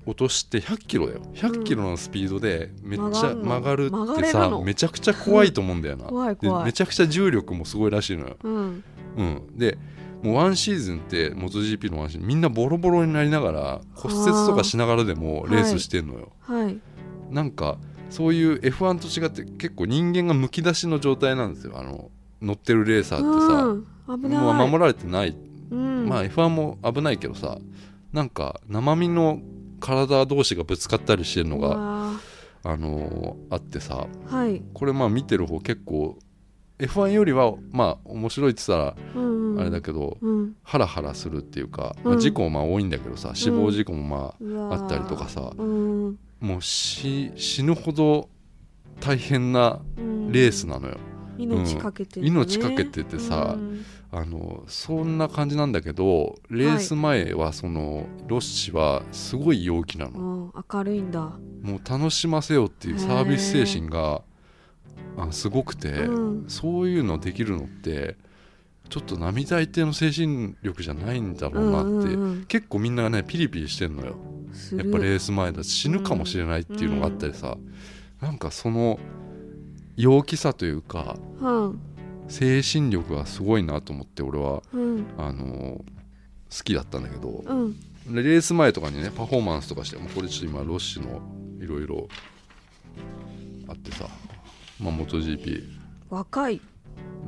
Speaker 1: 落として100キロだよ100キロのスピードでめっちゃ曲
Speaker 2: 曲
Speaker 1: が
Speaker 2: が
Speaker 1: る
Speaker 2: るの
Speaker 1: っ
Speaker 2: 曲が
Speaker 1: て
Speaker 2: れ
Speaker 1: さ
Speaker 2: るの
Speaker 1: めちゃくちゃ怖いと思うんだよな
Speaker 2: 怖い
Speaker 1: で
Speaker 2: 怖
Speaker 1: め
Speaker 2: い
Speaker 1: ちゃくちゃ重力もすごいらしいのよ、
Speaker 2: うん
Speaker 1: うん、でもうワンシーズンって MotoGP のワンシーズンみんなボロボロになりながら骨折とかしながらでも
Speaker 2: あー
Speaker 1: レースしてんのよ、
Speaker 2: はい
Speaker 1: なんかそういう F1 と違って結構人間がむき出しの状態なんですよあの乗ってるレーサーって
Speaker 2: うん
Speaker 1: さ、
Speaker 2: 危ない
Speaker 1: もう守られてない、
Speaker 2: うん
Speaker 1: まあ F1 も危ないけどさなんか生身の体同士がぶつかったりしてるの
Speaker 2: う
Speaker 1: が、
Speaker 2: わ
Speaker 1: あのーあってさ
Speaker 2: ーはい
Speaker 1: これまあ見てる方結構 F1 よりはまあ面白いって言った
Speaker 2: うんうん
Speaker 1: らあれだけど、
Speaker 2: うん
Speaker 1: ハラハラするっていうか、まあ
Speaker 2: うん
Speaker 1: 事故もまあ多いんだけどさ死亡事故もま
Speaker 2: うわ
Speaker 1: あ
Speaker 2: ー
Speaker 1: あったりとかさ、
Speaker 2: うん
Speaker 1: もう死死ぬほど大変な
Speaker 2: うん
Speaker 1: レースなのよ、
Speaker 2: 命かけてるね
Speaker 1: 命かけててさ
Speaker 2: うん
Speaker 1: あのそんな感じなんだけどレース前はその、ロッシはすごい陽気な
Speaker 2: う
Speaker 1: の、
Speaker 2: ん明るいんだ
Speaker 1: もう楽しませようっていうサービス精神があすごくて、
Speaker 2: うん
Speaker 1: そういうのできるのってちょっと並大抵の精神力じゃないんだろうなって、
Speaker 2: うん
Speaker 1: 結構みんなねピリピリしてんのよ
Speaker 2: す
Speaker 1: やっ
Speaker 2: る
Speaker 1: ぱレース前だし死ぬかもしれないっていうのがあったりさ、なんかその陽気さというか
Speaker 2: うん
Speaker 1: 精神力がすごいなと思って俺は
Speaker 2: うん
Speaker 1: あのー好きだったんだけど
Speaker 2: うん
Speaker 1: でレース前とかにねパフォーマンスとかしてもうこれちょっと今ロッシのいろいろあってさまあ MotoGP
Speaker 2: 若い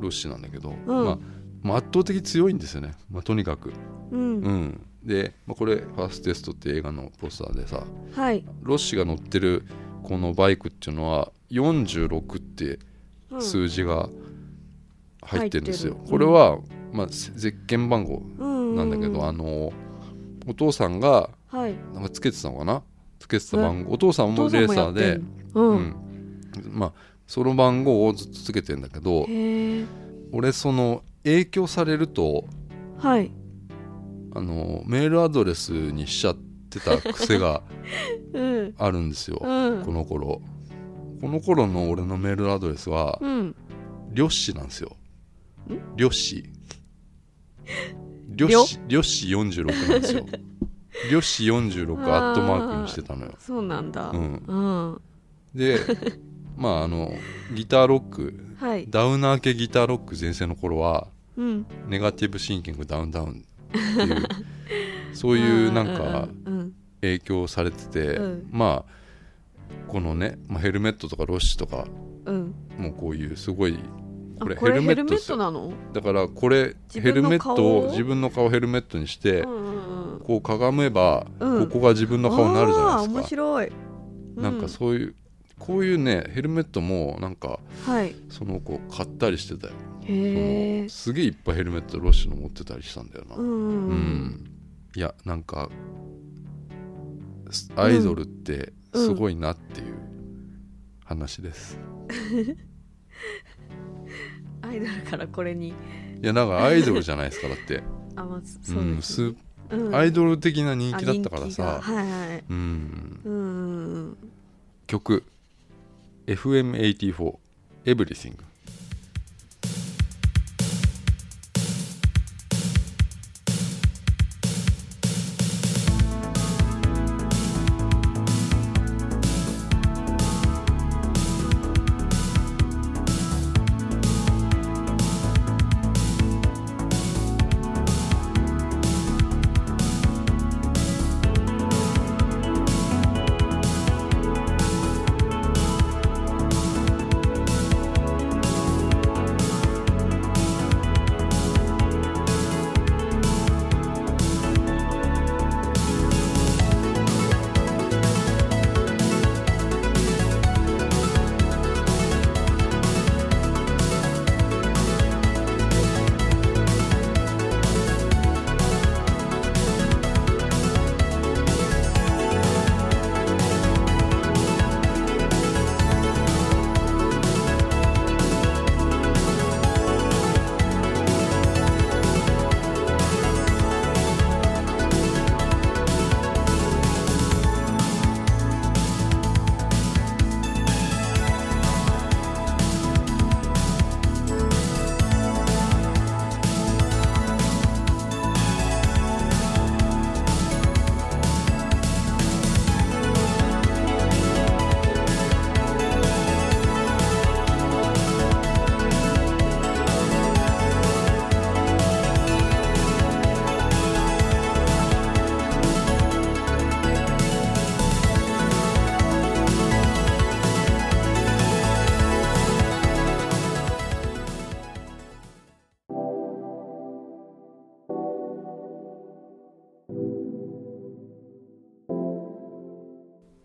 Speaker 1: ロッシなんだけど、
Speaker 2: うん
Speaker 1: まあまあ圧倒的に強いんですよね、まあ、とにかく、
Speaker 2: うん
Speaker 1: うん、で、まあ、これ「ファーステスト」って映画のポスターでさ
Speaker 2: はい
Speaker 1: ロッシが乗ってるこのバイクっていうのは46って
Speaker 2: うん
Speaker 1: 数字が入ってるんですよ。
Speaker 2: 入って
Speaker 1: こ
Speaker 2: る
Speaker 1: れは、まあ、せゼッケン番号
Speaker 2: うん
Speaker 1: なんだけど、
Speaker 2: うん
Speaker 1: あのお父さんが
Speaker 2: はい
Speaker 1: なんかつけてたのかなつけてた番号お父さんも
Speaker 2: お父さ
Speaker 1: レ
Speaker 2: ん
Speaker 1: ー
Speaker 2: も
Speaker 1: サ
Speaker 2: や
Speaker 1: ー
Speaker 2: って
Speaker 1: で
Speaker 2: ん、のう
Speaker 1: う
Speaker 2: ん
Speaker 1: んまあ、その番号をずっとつけてんだけど
Speaker 2: へえ
Speaker 1: 俺その影響されると
Speaker 2: はい
Speaker 1: あのメールアドレスにしちゃってた癖が
Speaker 2: うん
Speaker 1: あるんですよ。
Speaker 2: うん
Speaker 1: この頃この頃の俺のメールアドレスは
Speaker 2: うん
Speaker 1: 「りょっし」なんですよ
Speaker 2: ん
Speaker 1: 「りょっ し」「りょっし」「りょっし46」なんです よ「りょっし46」アットマークにしてたのよ、
Speaker 2: そうなんだ
Speaker 1: う、
Speaker 2: うんん
Speaker 1: で まああのギターロック
Speaker 2: はい
Speaker 1: ダウナー系ギターロック全盛の頃は
Speaker 2: うん
Speaker 1: ネガティブシンキングダウンダウンっていう そういうなんか
Speaker 2: うん
Speaker 1: 影響されてて、
Speaker 2: うん
Speaker 1: まあこのね、まあ、ヘルメットとかロッシとか
Speaker 2: うん
Speaker 1: もうこういうすごい
Speaker 2: あ
Speaker 1: これ
Speaker 2: こ
Speaker 1: ヘ
Speaker 2: れヘ
Speaker 1: ルメ
Speaker 2: ルメ
Speaker 1: ットっ
Speaker 2: ッ
Speaker 1: すよ
Speaker 2: トなの
Speaker 1: だからこれヘ
Speaker 2: 自
Speaker 1: ル
Speaker 2: 分
Speaker 1: メッ
Speaker 2: の顔
Speaker 1: ト
Speaker 2: を
Speaker 1: を自分の顔ヘルメットにして、
Speaker 2: うんうんうん
Speaker 1: こうかがめば、
Speaker 2: うん
Speaker 1: ここが自分の顔になるじゃない
Speaker 2: あー
Speaker 1: で
Speaker 2: 面
Speaker 1: すか、
Speaker 2: 白い、う
Speaker 1: なんかそういうこういうねヘルメットもなんか
Speaker 2: はい
Speaker 1: その子買ったりしてたよそ
Speaker 2: へえ
Speaker 1: のすげえいっぱいヘルメットロッシュの持ってたりしたんだよな
Speaker 2: う
Speaker 1: うん、
Speaker 2: んうん
Speaker 1: いやなんかすアイドルってすごいなっていう話です、
Speaker 2: アイドルからこれに
Speaker 1: いやなんかアイドルじゃないですかだって、
Speaker 2: あまあ そ
Speaker 1: うん
Speaker 2: そうですね
Speaker 1: す
Speaker 2: うん
Speaker 1: アイドル的な人
Speaker 2: あ
Speaker 1: 気だったからさ
Speaker 2: 人、気がはいはい
Speaker 1: うん、
Speaker 2: うんうんうん
Speaker 1: 曲 FM84 Everything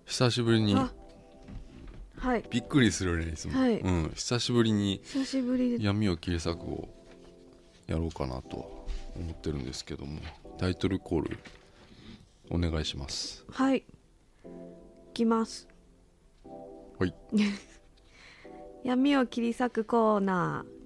Speaker 1: 久しぶりに
Speaker 2: あはい
Speaker 1: びっくりするねいつも、
Speaker 2: はい
Speaker 1: うん、久しぶりに
Speaker 2: 久しぶりで
Speaker 1: 闇を切り裂くをやろうかなと思ってるんですけどもタイトルコールお願いします
Speaker 2: はい来ます
Speaker 1: はい
Speaker 2: 闇を切り裂くコーナー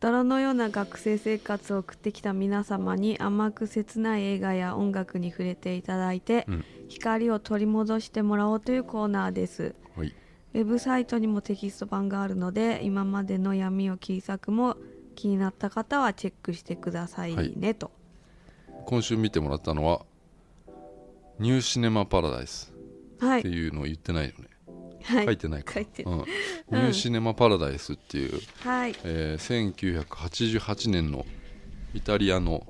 Speaker 2: 泥のような学生生活を送ってきた皆様に甘く切ない映画や音楽に触れていただいて、
Speaker 1: うん
Speaker 2: 光を取り戻してもらおうというコーナーです
Speaker 1: はい
Speaker 2: ウェブサイトにもテキスト版があるので今までの闇を切り裂くも気になった方はチェックしてくださいね、と
Speaker 1: 今週見てもらったのは「ニューシネマ・パラダイス」
Speaker 2: は
Speaker 1: って
Speaker 2: い
Speaker 1: いうのを言ってないよね、
Speaker 2: はい
Speaker 1: 書いてないか
Speaker 2: 書いて
Speaker 1: うん、ニューシネマ・パラダイスっていう、
Speaker 2: はい
Speaker 1: えー1988年のイタリアの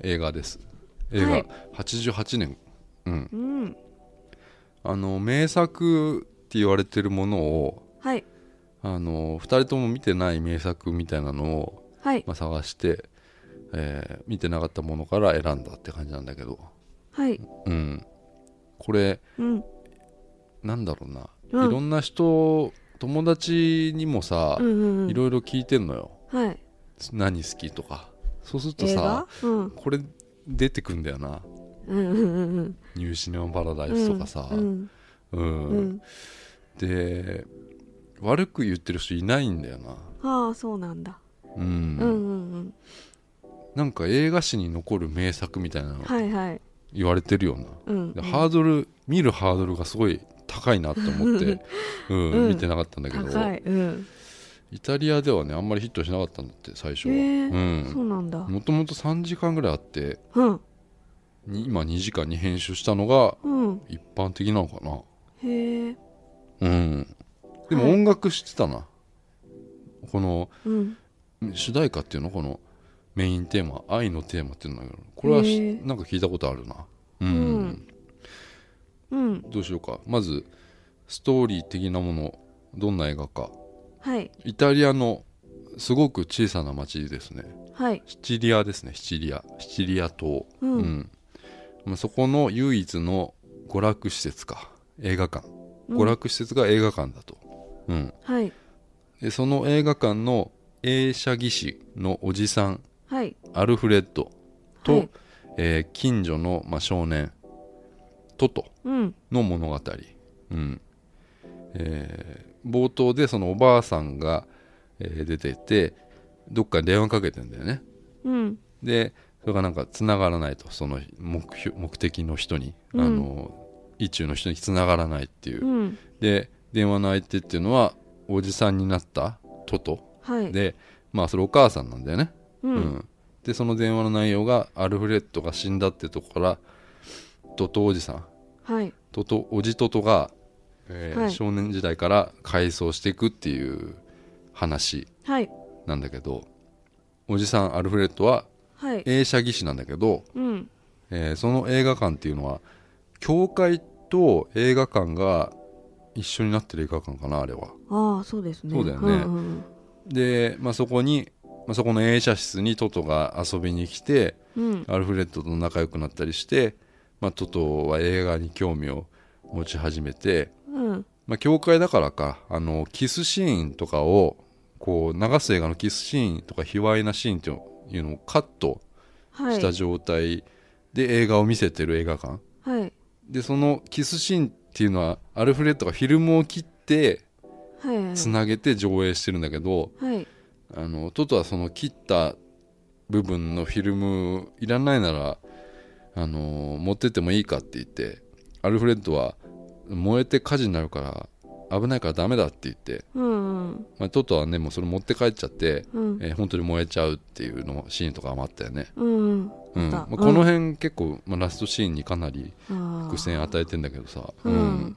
Speaker 1: 映画です映画、
Speaker 2: はい
Speaker 1: 88年うん
Speaker 2: うん
Speaker 1: あの名作って言われてるものを
Speaker 2: はい
Speaker 1: あの2人とも見てない名作みたいなのを、
Speaker 2: はい
Speaker 1: まあ、探して、えー見てなかったものから選んだって感じなんだけど
Speaker 2: はい
Speaker 1: うんこれ
Speaker 2: うん
Speaker 1: なんだろうな、
Speaker 2: うん
Speaker 1: いろんな人友達にもさ、
Speaker 2: うんうんう
Speaker 1: い
Speaker 2: ん
Speaker 1: ろいろ聞いてんのよ
Speaker 2: はい
Speaker 1: 何好きとかそうすると
Speaker 2: 映
Speaker 1: さ
Speaker 2: 画うん
Speaker 1: これ出てくんだよな
Speaker 2: うんうんうんうん
Speaker 1: 「ニューシネマ・パラダイス」とかさ、
Speaker 2: うん
Speaker 1: うん
Speaker 2: うんうん
Speaker 1: で悪く言ってる人いないんだよな、
Speaker 2: ああそうなんだ、
Speaker 1: う
Speaker 2: うんん、うんうん
Speaker 1: なんか映画史に残る名作みたいなの
Speaker 2: はいはい
Speaker 1: 言われてるような、
Speaker 2: うん
Speaker 1: でハードル見るハードルがすごい高いなと思って、うん
Speaker 2: うん
Speaker 1: 見てなかったんだけど
Speaker 2: 高いうん
Speaker 1: イタリアではねあんまりヒットしなかったんだって最初は、
Speaker 2: へえそうなんだ
Speaker 1: うん、もともと3時間ぐらいあって
Speaker 2: うん
Speaker 1: に今2時間に編集したのが
Speaker 2: うん
Speaker 1: 一般的なのかな
Speaker 2: へえ
Speaker 1: うんでも
Speaker 2: はい
Speaker 1: 音楽知ってたな、この
Speaker 2: うん
Speaker 1: 主題歌っていうのこのメインテーマ愛のテーマっていうんだけどこれはし
Speaker 2: へえ
Speaker 1: なんか聞いたことあるなうん、
Speaker 2: うんうん
Speaker 1: どうしようかまずストーリー的なものどんな映画か
Speaker 2: はい
Speaker 1: イタリアのすごく小さな町ですね
Speaker 2: はい
Speaker 1: シチリアですねシチリアシチリア島
Speaker 2: うん
Speaker 1: まあそこの唯一の娯楽施設か映画館
Speaker 2: うん
Speaker 1: 娯楽施設が映画館だと、うん、
Speaker 2: はい
Speaker 1: でその映画館の映写技師のおじさん
Speaker 2: はい
Speaker 1: アルフレッドと、
Speaker 2: はい
Speaker 1: えー近所の、まあ、少年トト
Speaker 2: うん
Speaker 1: の物語、うんえー冒頭でそのおばあさんが、えー出ててどっかに電話かけてんだよね
Speaker 2: うん
Speaker 1: でそれがなんか繋がらないとその目標目的の人に、
Speaker 2: うん
Speaker 1: あの意中の人に繋がらないっていう、
Speaker 2: うん
Speaker 1: で電話の相手っていうのはおじさんになったトト
Speaker 2: はい
Speaker 1: でまあそれお母さんなんだよね、
Speaker 2: うん
Speaker 1: うんでその電話の内容がアルフレッドが死んだってとこからトトおじさん
Speaker 2: はい
Speaker 1: トトおじトトが、えー
Speaker 2: はい
Speaker 1: 少年時代から改装していくっていう話
Speaker 2: はい
Speaker 1: なんだけどおじさんアルフレッドは
Speaker 2: はい
Speaker 1: 映写技師なんだけど、
Speaker 2: うん
Speaker 1: えーその映画館っていうのは教会と映画館が一緒になってる映画館かなあれは。
Speaker 2: ああそうですね
Speaker 1: そうだよね
Speaker 2: んうん
Speaker 1: で、まあ、そこに、まあ、そこの映写室にトトが遊びに来て
Speaker 2: うんうん
Speaker 1: アルフレッドと仲良くなったりして、まあ、トトは映画に興味を持ち始めて、
Speaker 2: うん
Speaker 1: まあ、教会だからかあのキスシーンとかをこう流す映画のキスシーンとか卑猥なシーンっていうのをカット
Speaker 2: は
Speaker 1: した
Speaker 2: い
Speaker 1: 状態で映画を見せてる映画館、
Speaker 2: はい
Speaker 1: でそのキスシーンっていうのはアルフレッドがフィルムを切って
Speaker 2: はい
Speaker 1: つなげて上映してるんだけど、
Speaker 2: はい
Speaker 1: あのトトはその切った部分のフィルムいらないならあの持ってってもいいかって言ってアルフレッドは燃えて火事になるから危ないからダメだって言って、
Speaker 2: うんうん
Speaker 1: まあ、トトはねもうそれ持って帰っちゃって、
Speaker 2: うん
Speaker 1: えー本当に燃えちゃうっていうのシーンとかもあったよね、
Speaker 2: うんうん
Speaker 1: うんま
Speaker 2: あ
Speaker 1: あ、
Speaker 2: っ
Speaker 1: こ
Speaker 2: た
Speaker 1: の辺結構、まあ、ラストシーンにかなり
Speaker 2: あ
Speaker 1: 伏
Speaker 2: ー
Speaker 1: 線与えてんだけどさ、
Speaker 2: うん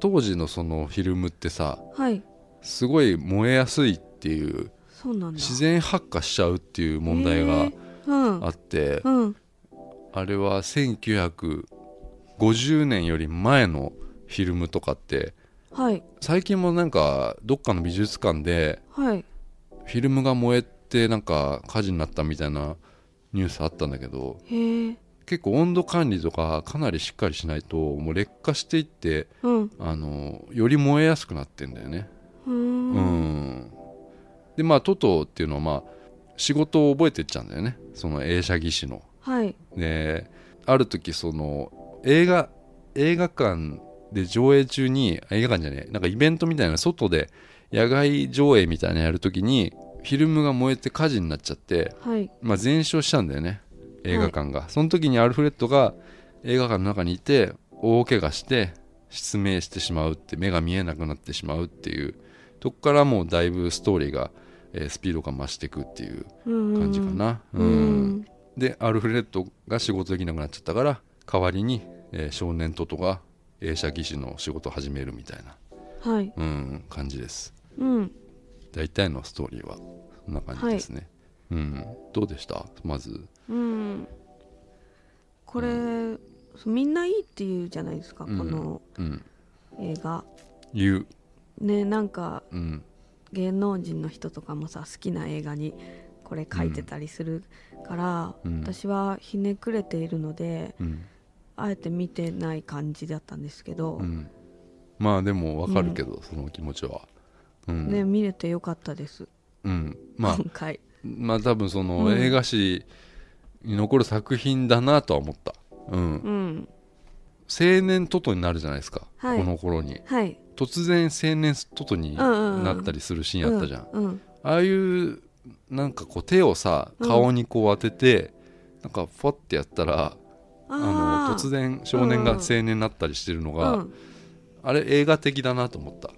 Speaker 1: 当時のそのフィルムってさ
Speaker 2: はい
Speaker 1: すごい燃えやすいっていう
Speaker 2: そうなんだ
Speaker 1: 自然発火しちゃうっていう問題
Speaker 2: へ
Speaker 1: が
Speaker 2: ーうん
Speaker 1: あって、
Speaker 2: うん
Speaker 1: あれは1950年より前のフィルムとかって
Speaker 2: はい
Speaker 1: 最近もなんかどっかの美術館で
Speaker 2: はい
Speaker 1: フィルムが燃えてなんか火事になったみたいなニュースあったんだけど
Speaker 2: へえ
Speaker 1: 結構温度管理とかかなりしっかりしないともう劣化していって
Speaker 2: うん
Speaker 1: あのより燃えやすくなってんだよね。
Speaker 2: う
Speaker 1: う
Speaker 2: ー
Speaker 1: んんでまあトトっていうのはまあ仕事を覚えてっちゃうんだよねその映写技師の。
Speaker 2: はい
Speaker 1: である時その映画映画館で上映中にあ映画館じゃねえなんかイベントみたいな外で野外上映みたいなのやる時にフィルムが燃えて火事になっちゃって、
Speaker 2: はい
Speaker 1: まあ、全焼したんだよね映画館が、その時にアルフレッドが映画館の中にいて大怪我して失明してしまうって目が見えなくなってしまうっていうとこからもうだいぶストーリーが、えースピードが増していくっていう
Speaker 2: 感
Speaker 1: 感じかな
Speaker 2: う
Speaker 1: うん
Speaker 2: ん
Speaker 1: でアルフレッドが仕事できなくなっちゃったから代わりに、えー少年トトが映写技師の仕事を始めるみたいな、
Speaker 2: はい
Speaker 1: うん、感じです
Speaker 2: うん
Speaker 1: 大体のストーリーはそんな感じですね、うん、どうでしたまず
Speaker 2: うんこれそうみんないいって言うじゃないですかこ
Speaker 1: うん
Speaker 2: の
Speaker 1: うん
Speaker 2: 映画
Speaker 1: 言う、
Speaker 2: ねなんか
Speaker 1: うん、
Speaker 2: 芸能人の人とかもさ好きな映画にこれ書いてたりするから、
Speaker 1: うん
Speaker 2: 私はひねくれているので
Speaker 1: うん、
Speaker 2: あえて見てない感じだったんですけど、
Speaker 1: うんまあでもわかるけど、その気持ちはうん、
Speaker 2: ね見れてよかったです、
Speaker 1: うん、まあ
Speaker 2: 今回
Speaker 1: まあ多分その、
Speaker 2: うん
Speaker 1: 映画史に残る作品だなとは思った、うん、
Speaker 2: うん
Speaker 1: 青年トトになるじゃないですか、
Speaker 2: はい
Speaker 1: この頃に
Speaker 2: はい
Speaker 1: 突然青年トトになったりするシーンあったじゃん,、
Speaker 2: うん、うん
Speaker 1: ああいうなんかこう手をさ
Speaker 2: うん
Speaker 1: 顔にこう当てて、なんかファッてやったらあ
Speaker 2: あ
Speaker 1: の
Speaker 2: ー
Speaker 1: 突然少年が
Speaker 2: うん
Speaker 1: 青年になったりしてるのが、
Speaker 2: うん、
Speaker 1: あれ映画的だなと思 った、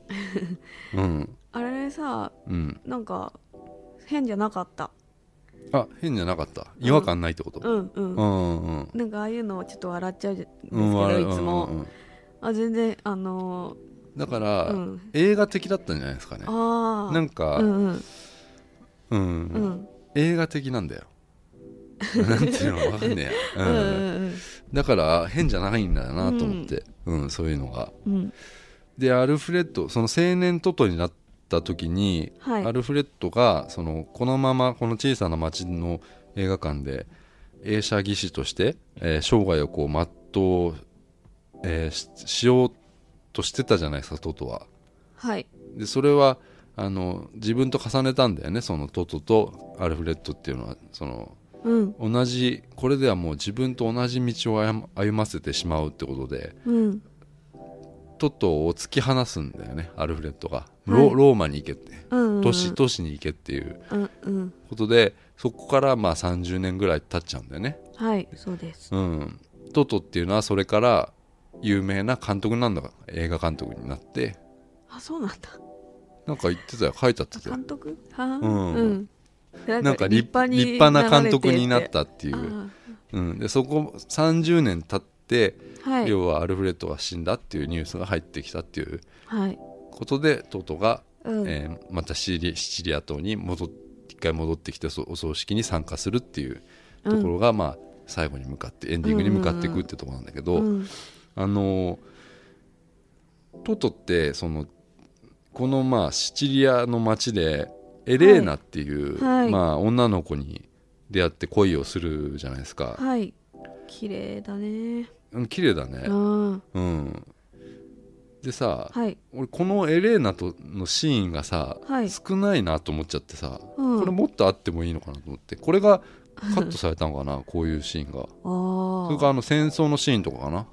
Speaker 1: うん
Speaker 2: あれさ
Speaker 1: うん、
Speaker 2: なんか変じゃなかった
Speaker 1: あ変じゃなかった違和感ないってこと、
Speaker 2: うんうん、
Speaker 1: うんうんうん
Speaker 2: なんかああいうのはちょっと笑っちゃうんですけ
Speaker 1: うん
Speaker 2: ど、
Speaker 1: あれ
Speaker 2: いつも、
Speaker 1: うんうん
Speaker 2: あ全然あの
Speaker 1: だから、
Speaker 2: ーうん
Speaker 1: 映画的だったんじゃないですかね
Speaker 2: ああ
Speaker 1: なんか、
Speaker 2: うんうん
Speaker 1: うん
Speaker 2: うんうん
Speaker 1: 映画的なんだよなんていうのわかんねえや、
Speaker 2: う
Speaker 1: うん
Speaker 2: ん
Speaker 1: だから変じゃないんだなと思って、うんそういうのが
Speaker 2: うん
Speaker 1: でアルフレッドその青年トトになった時に、
Speaker 2: はい
Speaker 1: アルフレッドがそのこのままこの小さな町の映画館で映写技師として、えー生涯をこう全う、えーししようとしてたじゃないですかトトは
Speaker 2: はい
Speaker 1: でそれはあの自分と重ねたんだよねそのトトとアルフレッドっていうのはその
Speaker 2: うん
Speaker 1: 同じこれではもう自分と同じ道を歩歩ませてしまうってことで
Speaker 2: うん
Speaker 1: トトを突き放すんだよねアルフレッドが、
Speaker 2: は
Speaker 1: ロロ
Speaker 2: い
Speaker 1: ーマに行けって
Speaker 2: うんうん
Speaker 1: 都市都市に行けっていう
Speaker 2: うんうん
Speaker 1: ことでそこからまあ30年ぐらい経っちゃうんだよね
Speaker 2: はいそうです
Speaker 1: うんトトっていうのはそれから有名な監督なんだから映画監督になって
Speaker 2: あそうなんだ
Speaker 1: なんか言ってたよ書いてあった
Speaker 2: あ
Speaker 1: よ
Speaker 2: 監督はあ
Speaker 1: うん
Speaker 2: うん
Speaker 1: なんか立派
Speaker 2: に
Speaker 1: な監督になったってい
Speaker 2: 流れて
Speaker 1: う、
Speaker 2: て
Speaker 1: うん、でそこ30年経って、
Speaker 2: あーはい
Speaker 1: 要はアルフレッドが死んだっていうニュースが入ってきたっていう
Speaker 2: はい
Speaker 1: ことでトトが、
Speaker 2: うん
Speaker 1: えーまたシリシチリア島に戻っ一回戻ってきてそお葬式に参加するっていうところが、まあ最後に向かってエンディングに向かっていくってところなんだけど、
Speaker 2: うん
Speaker 1: あのトトってそのこのまあシチリアの町でエレーナっていう、
Speaker 2: はいはい
Speaker 1: まあ、女の子に出会って恋をするじゃないですか、
Speaker 2: はい綺麗だね
Speaker 1: うん綺麗だね
Speaker 2: うん
Speaker 1: うんでさ、
Speaker 2: はい
Speaker 1: 俺このエレーナとのシーンがさ、
Speaker 2: はい
Speaker 1: 少ないなと思っちゃってさ、
Speaker 2: うん
Speaker 1: これもっとあってもいいのかなと思ってこれがカットされたのかな こういうシーンが
Speaker 2: あ
Speaker 1: それからあの戦争のシーンとかかな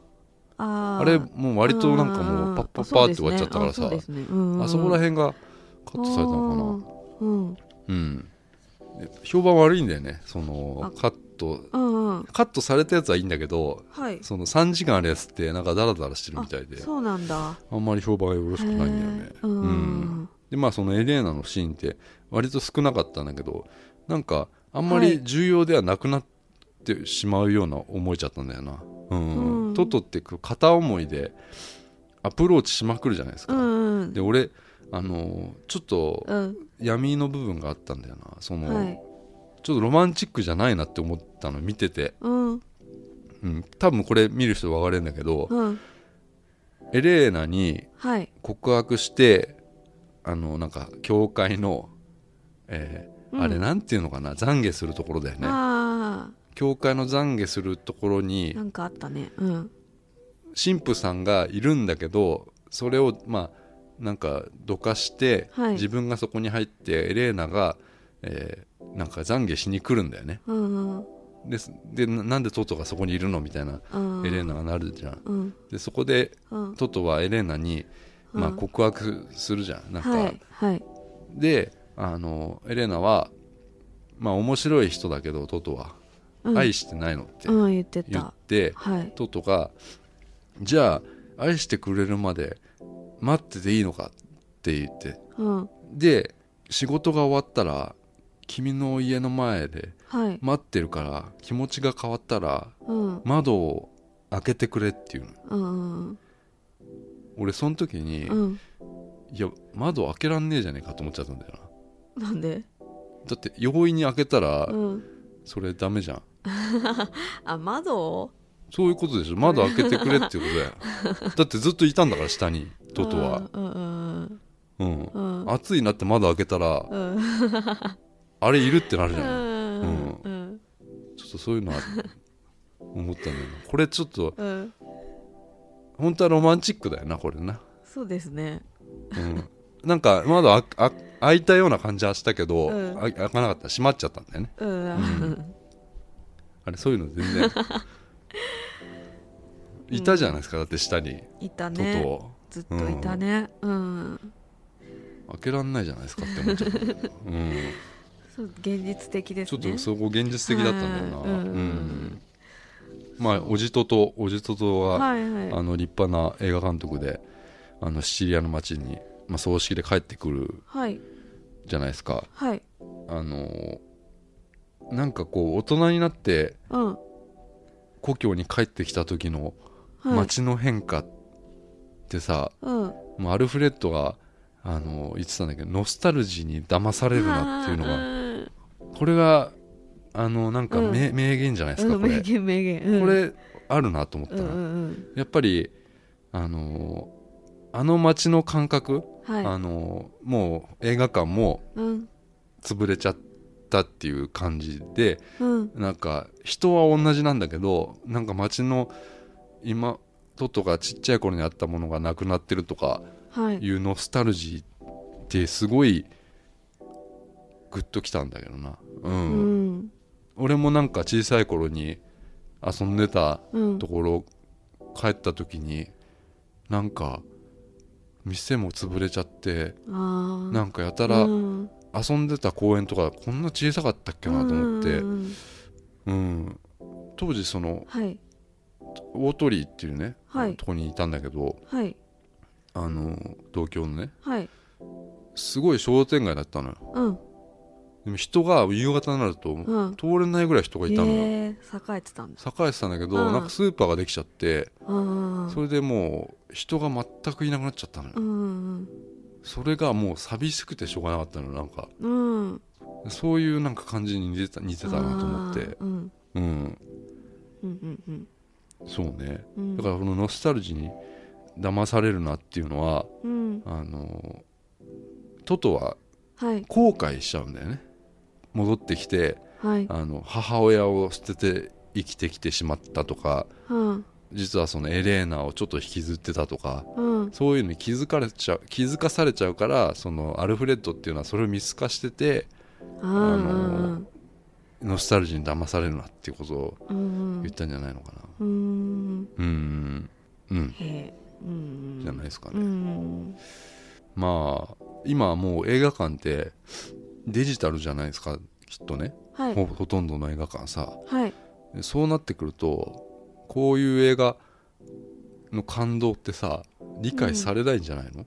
Speaker 2: あー
Speaker 1: あれもう割となんかもうパッパッパーって終わっちゃったからさ、あそこら
Speaker 2: 辺
Speaker 1: 辺がカットされたのか
Speaker 2: かなうん
Speaker 1: なうんで評判悪いんだよねそのカット
Speaker 2: うんうん
Speaker 1: カットされたやつはいいんだけど
Speaker 2: はい
Speaker 1: その3時間あるやつってなんかダラダラしてるみたいで
Speaker 2: あそうなんだ
Speaker 1: あんまり評判がよろしくないんだよね
Speaker 2: へーうん
Speaker 1: うんでまあそのエレーナのシーンって割と少なかったんだけどなんかあんまり重要ではなくなってしまうような思えちゃったんだよなうん、
Speaker 2: うん
Speaker 1: トトってこう片思いでアプローチしまくるじゃないですか、
Speaker 2: うんうん
Speaker 1: で俺あのーちょっと
Speaker 2: うん
Speaker 1: 闇の部分があったんだよなその、
Speaker 2: はい
Speaker 1: ちょっとロマンチックじゃないなって思ったの見てて、
Speaker 2: うん
Speaker 1: うん、多分これ見る人分かれるんだけど、
Speaker 2: うん
Speaker 1: エレーナに
Speaker 2: はい
Speaker 1: 告白してあのなんか教会の、えー
Speaker 2: うん
Speaker 1: あれなんていうのかな懺悔するところだよね
Speaker 2: あ
Speaker 1: 教会の懺悔するところ
Speaker 2: あ
Speaker 1: に
Speaker 2: なんかあったねうん
Speaker 1: 神父さんがいるんだけどそれをまあなんかどかして、
Speaker 2: はい
Speaker 1: 自分がそこに入ってエレーナが、えーなんか懺悔しに来るんだよね
Speaker 2: うんうん
Speaker 1: ですでななんでトトがそこにいるのみたいな
Speaker 2: うん
Speaker 1: エレーナがなるじゃん
Speaker 2: うん
Speaker 1: でそこで
Speaker 2: うん
Speaker 1: トトはエレーナに、まあ、
Speaker 2: うん
Speaker 1: 告白するじゃんなんか、
Speaker 2: はいはい
Speaker 1: であのエレナはまあ面白い人だけどトトは、
Speaker 2: うん
Speaker 1: 愛してないのって
Speaker 2: うん言って
Speaker 1: 言
Speaker 2: た
Speaker 1: って、
Speaker 2: はい
Speaker 1: トトがじゃあ愛してくれるまで待ってていいのかって言って
Speaker 2: うん
Speaker 1: で仕事が終わったら君の家の前で
Speaker 2: はい
Speaker 1: 待ってるから気持ちが変わったら
Speaker 2: うん
Speaker 1: 窓を開けてくれっていうの
Speaker 2: うんうん
Speaker 1: 俺その時に、
Speaker 2: うん
Speaker 1: いや窓開けらんねえじゃねえかと思っちゃったんだよな
Speaker 2: なんで
Speaker 1: だって容易に開けたら、
Speaker 2: うん
Speaker 1: それダメじゃん
Speaker 2: あ窓を
Speaker 1: そういうことでしょ窓開けてくれっていうことだよだってずっといたんだから下にトトは、
Speaker 2: うんうん
Speaker 1: うん
Speaker 2: うんうん
Speaker 1: 暑いなって窓開けたら
Speaker 2: うん
Speaker 1: あれいるってなるじ
Speaker 2: う
Speaker 1: ゃん、
Speaker 2: んうん
Speaker 1: ちょっとそういうのは思ったんだよなこれちょっと
Speaker 2: うん
Speaker 1: 本当はロマンチックだよなこれな、
Speaker 2: そうですね
Speaker 1: うん、なんか窓ああ開いたような感じはしたけど、
Speaker 2: うん
Speaker 1: あ開かなかったら閉まっちゃったんだよね
Speaker 2: うん
Speaker 1: んあれそういうの全然いたじゃないですかだって下に
Speaker 2: いた
Speaker 1: ト
Speaker 2: ね
Speaker 1: トを
Speaker 2: ずっといたねうん
Speaker 1: 開けらんないじゃないですかって思っちゃった、うん
Speaker 2: そう現実的です
Speaker 1: ちょ
Speaker 2: ね
Speaker 1: っとそこ現実的だったんだよな、
Speaker 2: はいうん
Speaker 1: うんまあおじととおじととは、
Speaker 2: はいはい
Speaker 1: あの立派な映画監督であのシチリアの町に、まあ、葬式で帰ってくる
Speaker 2: はい
Speaker 1: じゃないですか
Speaker 2: はい
Speaker 1: あのなんかこう大人になって
Speaker 2: うん
Speaker 1: 故郷に帰ってきた時の
Speaker 2: はい
Speaker 1: 町の変化ってさ、
Speaker 2: うん
Speaker 1: もうアルフレッドがあの言ってたんだけどノスタルジーに騙されるなっていうのが
Speaker 2: うん
Speaker 1: これがあのなんか
Speaker 2: うん
Speaker 1: 名,、名言じゃないですか、
Speaker 2: うん
Speaker 1: これ
Speaker 2: 名言名言うん
Speaker 1: これあるなと思った
Speaker 2: うんう
Speaker 1: の、
Speaker 2: ん
Speaker 1: やっぱりあのーあの街の感覚、
Speaker 2: うんは
Speaker 1: あ
Speaker 2: い
Speaker 1: のーもう映画館も
Speaker 2: うん
Speaker 1: 潰れちゃったっていう感じで
Speaker 2: うん
Speaker 1: なんか人は同じなんだけどなんか街の今トトがちっちゃい頃にあったものがなくなってるとか
Speaker 2: はい
Speaker 1: いうノスタルジーってすごいグッときたんだけどな、う
Speaker 2: うんん
Speaker 1: 俺もなんか小さい頃に遊んでた
Speaker 2: うん
Speaker 1: ところ、帰った時になんか店も潰れちゃって
Speaker 2: ああ
Speaker 1: なんかやたら
Speaker 2: うん
Speaker 1: 遊んでた公園とかこんな小さかったっけなと思って、
Speaker 2: うんうんうん
Speaker 1: うん、当時その
Speaker 2: はい
Speaker 1: 大鳥居っていうね、
Speaker 2: はい
Speaker 1: とこにいたんだけど
Speaker 2: はい
Speaker 1: あの東京のね
Speaker 2: はい
Speaker 1: すごい商店街だったのよ
Speaker 2: うん
Speaker 1: でも人が夕方になると
Speaker 2: うん
Speaker 1: 通れないぐらい人がいたのよ、
Speaker 2: へえ栄えてたんです
Speaker 1: 栄えてたんだけど、
Speaker 2: うん
Speaker 1: なんかスーパーができちゃって、
Speaker 2: うん
Speaker 1: それでもう人が全くいなくなっちゃったのよ、
Speaker 2: うん
Speaker 1: それがもう寂しくてしょうがなかったのよなんか
Speaker 2: うんうん
Speaker 1: そういうなんか感じに似てた似てたなと思って
Speaker 2: あーうん
Speaker 1: うん
Speaker 2: うんうんうん
Speaker 1: そうね
Speaker 2: うん
Speaker 1: だからこのノスタルジーに騙されるなっていうのは
Speaker 2: うん
Speaker 1: あのトトは
Speaker 2: はい
Speaker 1: 後悔しちゃうんだよね戻ってきて
Speaker 2: はい
Speaker 1: あの母親を捨てて生きてきてしまったとか
Speaker 2: うん
Speaker 1: 実はそのエレーナをちょっと引きずってたとか
Speaker 2: うん
Speaker 1: そういうのに気づかれちゃう気づかされちゃうからそのアルフレッドっていうのはそれを見透かしてて
Speaker 2: あー
Speaker 1: ノスタルジーに騙されるなっていうことを
Speaker 2: うんうんうん
Speaker 1: 言ったんじゃないのかな
Speaker 2: うん
Speaker 1: うんうん
Speaker 2: へえうん
Speaker 1: じゃないですかね、
Speaker 2: うん
Speaker 1: まあ今はもう映画館ってデジタルじゃないですかきっとね
Speaker 2: はい
Speaker 1: ほほとんどの映画館さ
Speaker 2: はい
Speaker 1: でそうなってくるとこういう映画の感動ってさ理解されないんじゃないの、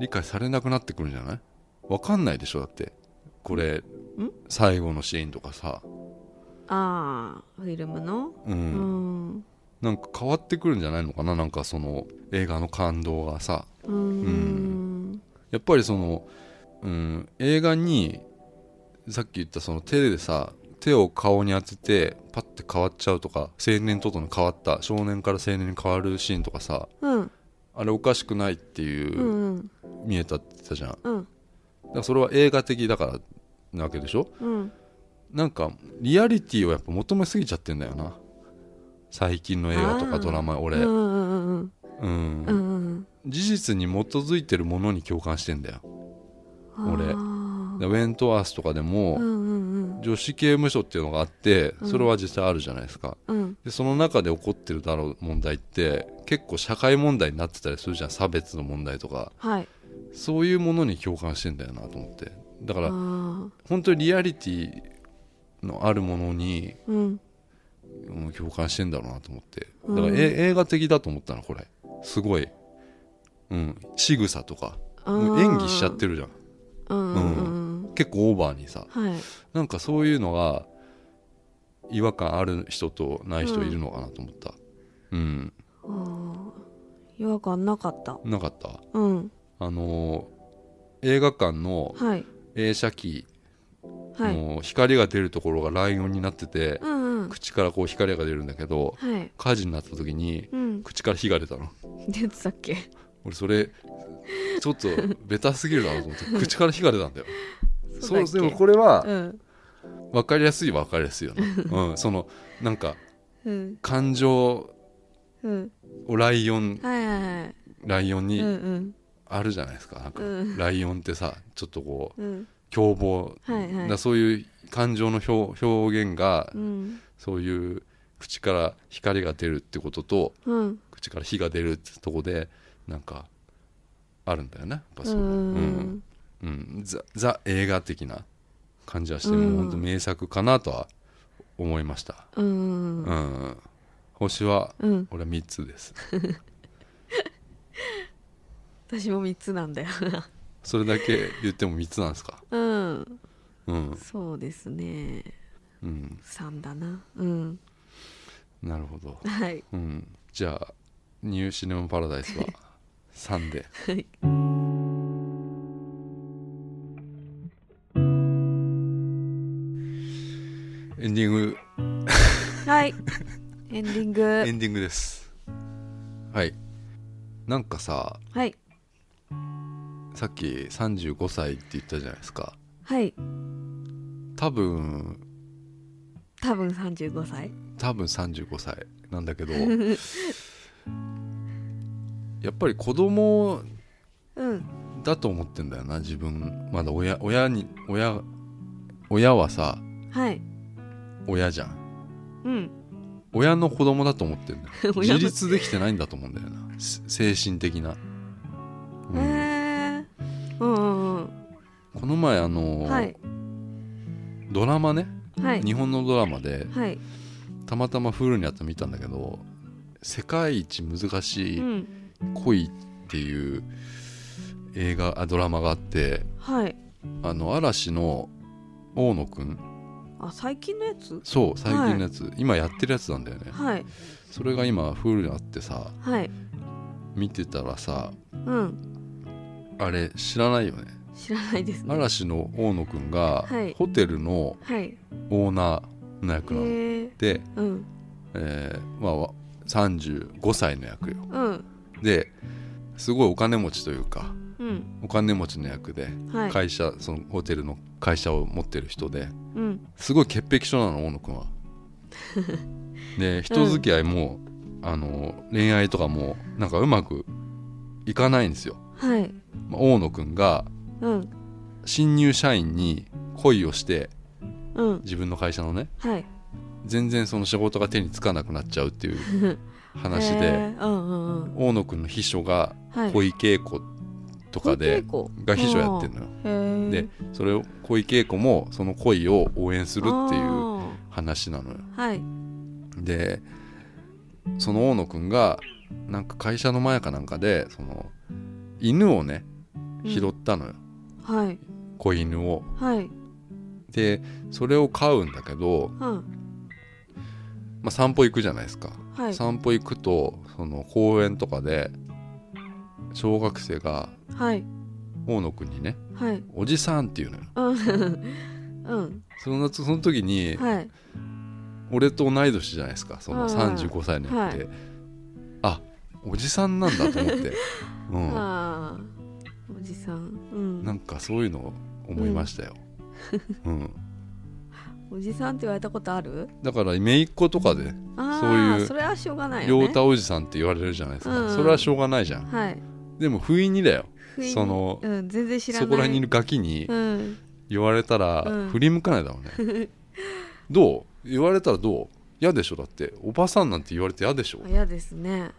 Speaker 1: 理解されなくなってくるんじゃないわかんないでしょだってこれ最後のシーンとかさ、
Speaker 2: ああフィルムの
Speaker 1: うん
Speaker 2: うん
Speaker 1: なんか変わってくるんじゃないのかななんかその映画の感動がさ
Speaker 2: うんうん
Speaker 1: やっぱりその、うん、映画にさっき言ったその手でさ手を顔に当ててパッて変わっちゃうとか青年ととの変わった少年から青年に変わるシーンとかさ
Speaker 2: うん
Speaker 1: あれおかしくないっていうう、
Speaker 2: ん
Speaker 1: 見えたって言ってたじゃんだか
Speaker 2: うん
Speaker 1: らそれは映画的だからなわけでしょ
Speaker 2: うん
Speaker 1: なんかリアリティをやっぱ求めすぎちゃってんだよな最近の映画と
Speaker 2: あ
Speaker 1: か
Speaker 2: ー
Speaker 1: ドラマ俺、
Speaker 2: うんうん
Speaker 1: うん
Speaker 2: うんうん
Speaker 1: 事実に基づいてるものに共感してんだよ
Speaker 2: うん
Speaker 1: 俺
Speaker 2: あー
Speaker 1: でウェントワースとかでも、
Speaker 2: うんうん
Speaker 1: 女子刑務所っていうのがあって
Speaker 2: うん
Speaker 1: それは実際あるじゃないですか、
Speaker 2: うんうん
Speaker 1: でその中で起こってるだろう問題って結構社会問題になってたりするじゃん差別の問題とか
Speaker 2: はい
Speaker 1: そういうものに共感してんだよなと思ってだか
Speaker 2: あ
Speaker 1: ら
Speaker 2: ー
Speaker 1: 本当にリアリティのあるものに、
Speaker 2: うん
Speaker 1: うん共感してんだろうなと思って
Speaker 2: うん
Speaker 1: だから、え映画的だと思ったのこれすごいうん仕草とか
Speaker 2: あ
Speaker 1: もう
Speaker 2: ー
Speaker 1: 演技しちゃってるじゃん
Speaker 2: うんうんうん
Speaker 1: 結構オーバーにさ
Speaker 2: はい
Speaker 1: なんかそういうのが違和感ある人とない人いるのかなと思ったうん、
Speaker 2: あー違和感なかった
Speaker 1: なかった
Speaker 2: うん
Speaker 1: あのー映画館の
Speaker 2: はい
Speaker 1: 映写機
Speaker 2: はい
Speaker 1: の光が出るところがライオンになってて、
Speaker 2: うんうん
Speaker 1: 口からこう光が出るんだけど
Speaker 2: はい
Speaker 1: 火事になった時に
Speaker 2: うん
Speaker 1: 口から火が出たの
Speaker 2: 出てたっけ
Speaker 1: 俺それちょっとベタすぎるだろうと思 って口から火が出たんだよ
Speaker 2: そうだっけ
Speaker 1: でもこれは
Speaker 2: うん
Speaker 1: 分かりやすいは分かりやすいよね、うん、そのなんか
Speaker 2: うん
Speaker 1: 感情
Speaker 2: うん
Speaker 1: をライオン
Speaker 2: はいはいはい
Speaker 1: ライオン
Speaker 2: うん
Speaker 1: に
Speaker 2: うん
Speaker 1: あるじゃないですかなんか
Speaker 2: うん
Speaker 1: ライオンってさちょっとこう
Speaker 2: うん
Speaker 1: 凶暴、
Speaker 2: はいはい
Speaker 1: なそういう感情の表表現が、
Speaker 2: うん
Speaker 1: そういう口から光が出るってことと
Speaker 2: うん
Speaker 1: 口から火が出るってとこでなんかあるんだよねやっぱ
Speaker 2: う
Speaker 1: そう、うん
Speaker 2: ん
Speaker 1: うん、ザザ映画的な感じはして、
Speaker 2: う
Speaker 1: も
Speaker 2: ん
Speaker 1: う本当名作かなとは思いました、
Speaker 2: う
Speaker 1: うん
Speaker 2: ん
Speaker 1: 星は
Speaker 2: うん
Speaker 1: 俺は3つです
Speaker 2: 私も3つなんだよな
Speaker 1: それだけ言っても3つなんですか
Speaker 2: うん
Speaker 1: うん、
Speaker 2: そうですね
Speaker 1: うん、
Speaker 2: 3だなうん
Speaker 1: なるほど、
Speaker 2: はい
Speaker 1: うん、じゃあニューシネマパラダイ スは3で
Speaker 2: はい
Speaker 1: エンディング
Speaker 2: はいエンディン
Speaker 1: エ
Speaker 2: グ
Speaker 1: ンディングですはいなんかさ
Speaker 2: はい
Speaker 1: さっき35歳って言ったじゃないですか
Speaker 2: はい
Speaker 1: 多分
Speaker 2: 多分35歳
Speaker 1: 多分35歳なんだけどやっぱり子供
Speaker 2: うん
Speaker 1: だと思ってんだよな自分まだ親親に親親はさ
Speaker 2: はい
Speaker 1: 親じゃん
Speaker 2: うん
Speaker 1: 親の子供だと思ってんだよ
Speaker 2: 親
Speaker 1: 自
Speaker 2: の
Speaker 1: 立できてないんだと思うんだよなす精神的な、うん
Speaker 2: へえうんうんうん
Speaker 1: この前あのー
Speaker 2: はい
Speaker 1: ドラマね、
Speaker 2: はい
Speaker 1: 日本のドラマで
Speaker 2: はい
Speaker 1: たまたまフルにやって見たんだけど世界一難し
Speaker 2: う
Speaker 1: い
Speaker 2: ん
Speaker 1: 恋っていう映画、あドラマがあって
Speaker 2: はい
Speaker 1: あの嵐の大野くん
Speaker 2: あ最近のやつ
Speaker 1: そう最近のやつ、今やってるやつなんだよね
Speaker 2: はい
Speaker 1: それが今フルにあってさ
Speaker 2: はい
Speaker 1: 見てたらさ
Speaker 2: うん
Speaker 1: あれ知らないよね
Speaker 2: 知らないですね
Speaker 1: 嵐の大野くんが
Speaker 2: はい
Speaker 1: ホテルの
Speaker 2: はい
Speaker 1: オーナーの役なの
Speaker 2: へえ
Speaker 1: で、
Speaker 2: うん
Speaker 1: えーまあわ、35歳の役よ
Speaker 2: うん
Speaker 1: ですごいお金持ちというか
Speaker 2: うん
Speaker 1: お金持ちの役で
Speaker 2: はい
Speaker 1: 会社、そのホテルの会社を持ってる人で
Speaker 2: うん
Speaker 1: すごい潔癖症なの大野くん は。で人付き合いも、あの恋愛とかもなんかうまくいかないんですよ。
Speaker 2: はい
Speaker 1: まあ、大野くんが
Speaker 2: うん
Speaker 1: 新入社員に恋をして
Speaker 2: うん
Speaker 1: 自分の会社のね
Speaker 2: はい
Speaker 1: 全然その仕事が手につかなくなっちゃうっていう 話で
Speaker 2: へえうんうんうん
Speaker 1: 大野くんの秘書が
Speaker 2: はい
Speaker 1: 小池栄子とかで
Speaker 2: 小池栄子
Speaker 1: が秘書やってるのよ。
Speaker 2: へえ
Speaker 1: でそれを小池栄子もその恋を応援するっていう
Speaker 2: あ
Speaker 1: 話なのよ。
Speaker 2: ーはい
Speaker 1: でその大野くんがなんか会社の前かなんかでその犬をね拾ったのよ、
Speaker 2: はい
Speaker 1: 子犬を。
Speaker 2: はい
Speaker 1: でそれを飼うんだけど、
Speaker 2: うん
Speaker 1: まあ、散歩行くじゃないですか。
Speaker 2: はい
Speaker 1: 散歩行くとその公園とかで小学生が
Speaker 2: はい
Speaker 1: 大野くんにね
Speaker 2: はい
Speaker 1: 「おじさん」って言うのよ。
Speaker 2: うんうん
Speaker 1: そのその時に
Speaker 2: はい
Speaker 1: 俺と同い年じゃないですかその
Speaker 2: うん
Speaker 1: 35歳のやって、
Speaker 2: は
Speaker 1: あおじさんなんだと思 って、う
Speaker 2: あーおじさんうん
Speaker 1: ん、なんかそういうの思いましたよ、うん
Speaker 2: おじさんって言われたことある
Speaker 1: だから姪っ子とかで
Speaker 2: あ
Speaker 1: そう
Speaker 2: あ
Speaker 1: いう
Speaker 2: それはしょうがないよ
Speaker 1: 陽
Speaker 2: ね
Speaker 1: 太おじさんって言われるじゃないですか、
Speaker 2: うん
Speaker 1: それはしょうがないじゃん
Speaker 2: はい
Speaker 1: でも不意にだよ
Speaker 2: 不意に
Speaker 1: その
Speaker 2: うん、全然知らない
Speaker 1: そこら辺にいるガキに
Speaker 2: うん
Speaker 1: 言われたら
Speaker 2: うん
Speaker 1: 振り向かないだろう ね、どう言われたらどう嫌でしょだっておばさんなんて言われて嫌でしょ
Speaker 2: 嫌ですね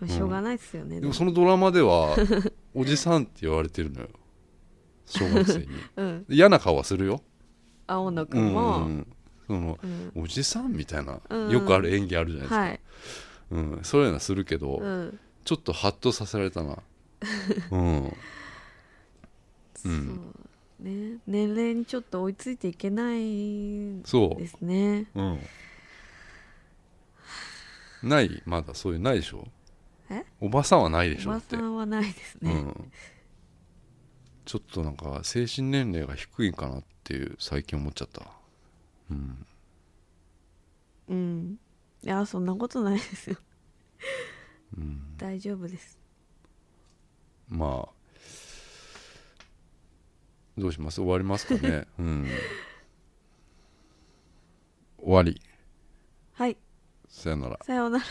Speaker 2: まあしょうがないですよね、
Speaker 1: でもそのドラマで はおじさんって言われてるのよ小学生に
Speaker 2: うん
Speaker 1: 嫌な顔はするよ、
Speaker 2: 青野く
Speaker 1: うんんうん
Speaker 2: も、
Speaker 1: うんその
Speaker 2: うん
Speaker 1: おじさんみたいな、
Speaker 2: うん
Speaker 1: よくある演技あるじゃないですか、
Speaker 2: はい、
Speaker 1: うん、そういうのはするけど、
Speaker 2: うん、
Speaker 1: ちょっとハッとさせられた なうんうん
Speaker 2: そうね年齢にちょっと追いついていけない
Speaker 1: そ
Speaker 2: ですね
Speaker 1: う、うん、ないまだそういうないでしょ
Speaker 2: え
Speaker 1: おばさんはないでし
Speaker 2: お
Speaker 1: ょだ
Speaker 2: ば
Speaker 1: って
Speaker 2: さんはないです
Speaker 1: う
Speaker 2: ね、
Speaker 1: ん、ちょっとなんか精神年齢が低いかなっていう最近思っちゃった、うん、
Speaker 2: うんいやそんなことないですよ、大丈夫です
Speaker 1: まあどうします終わりますかね、うん、終わり
Speaker 2: はい
Speaker 1: さよなら
Speaker 2: さようなら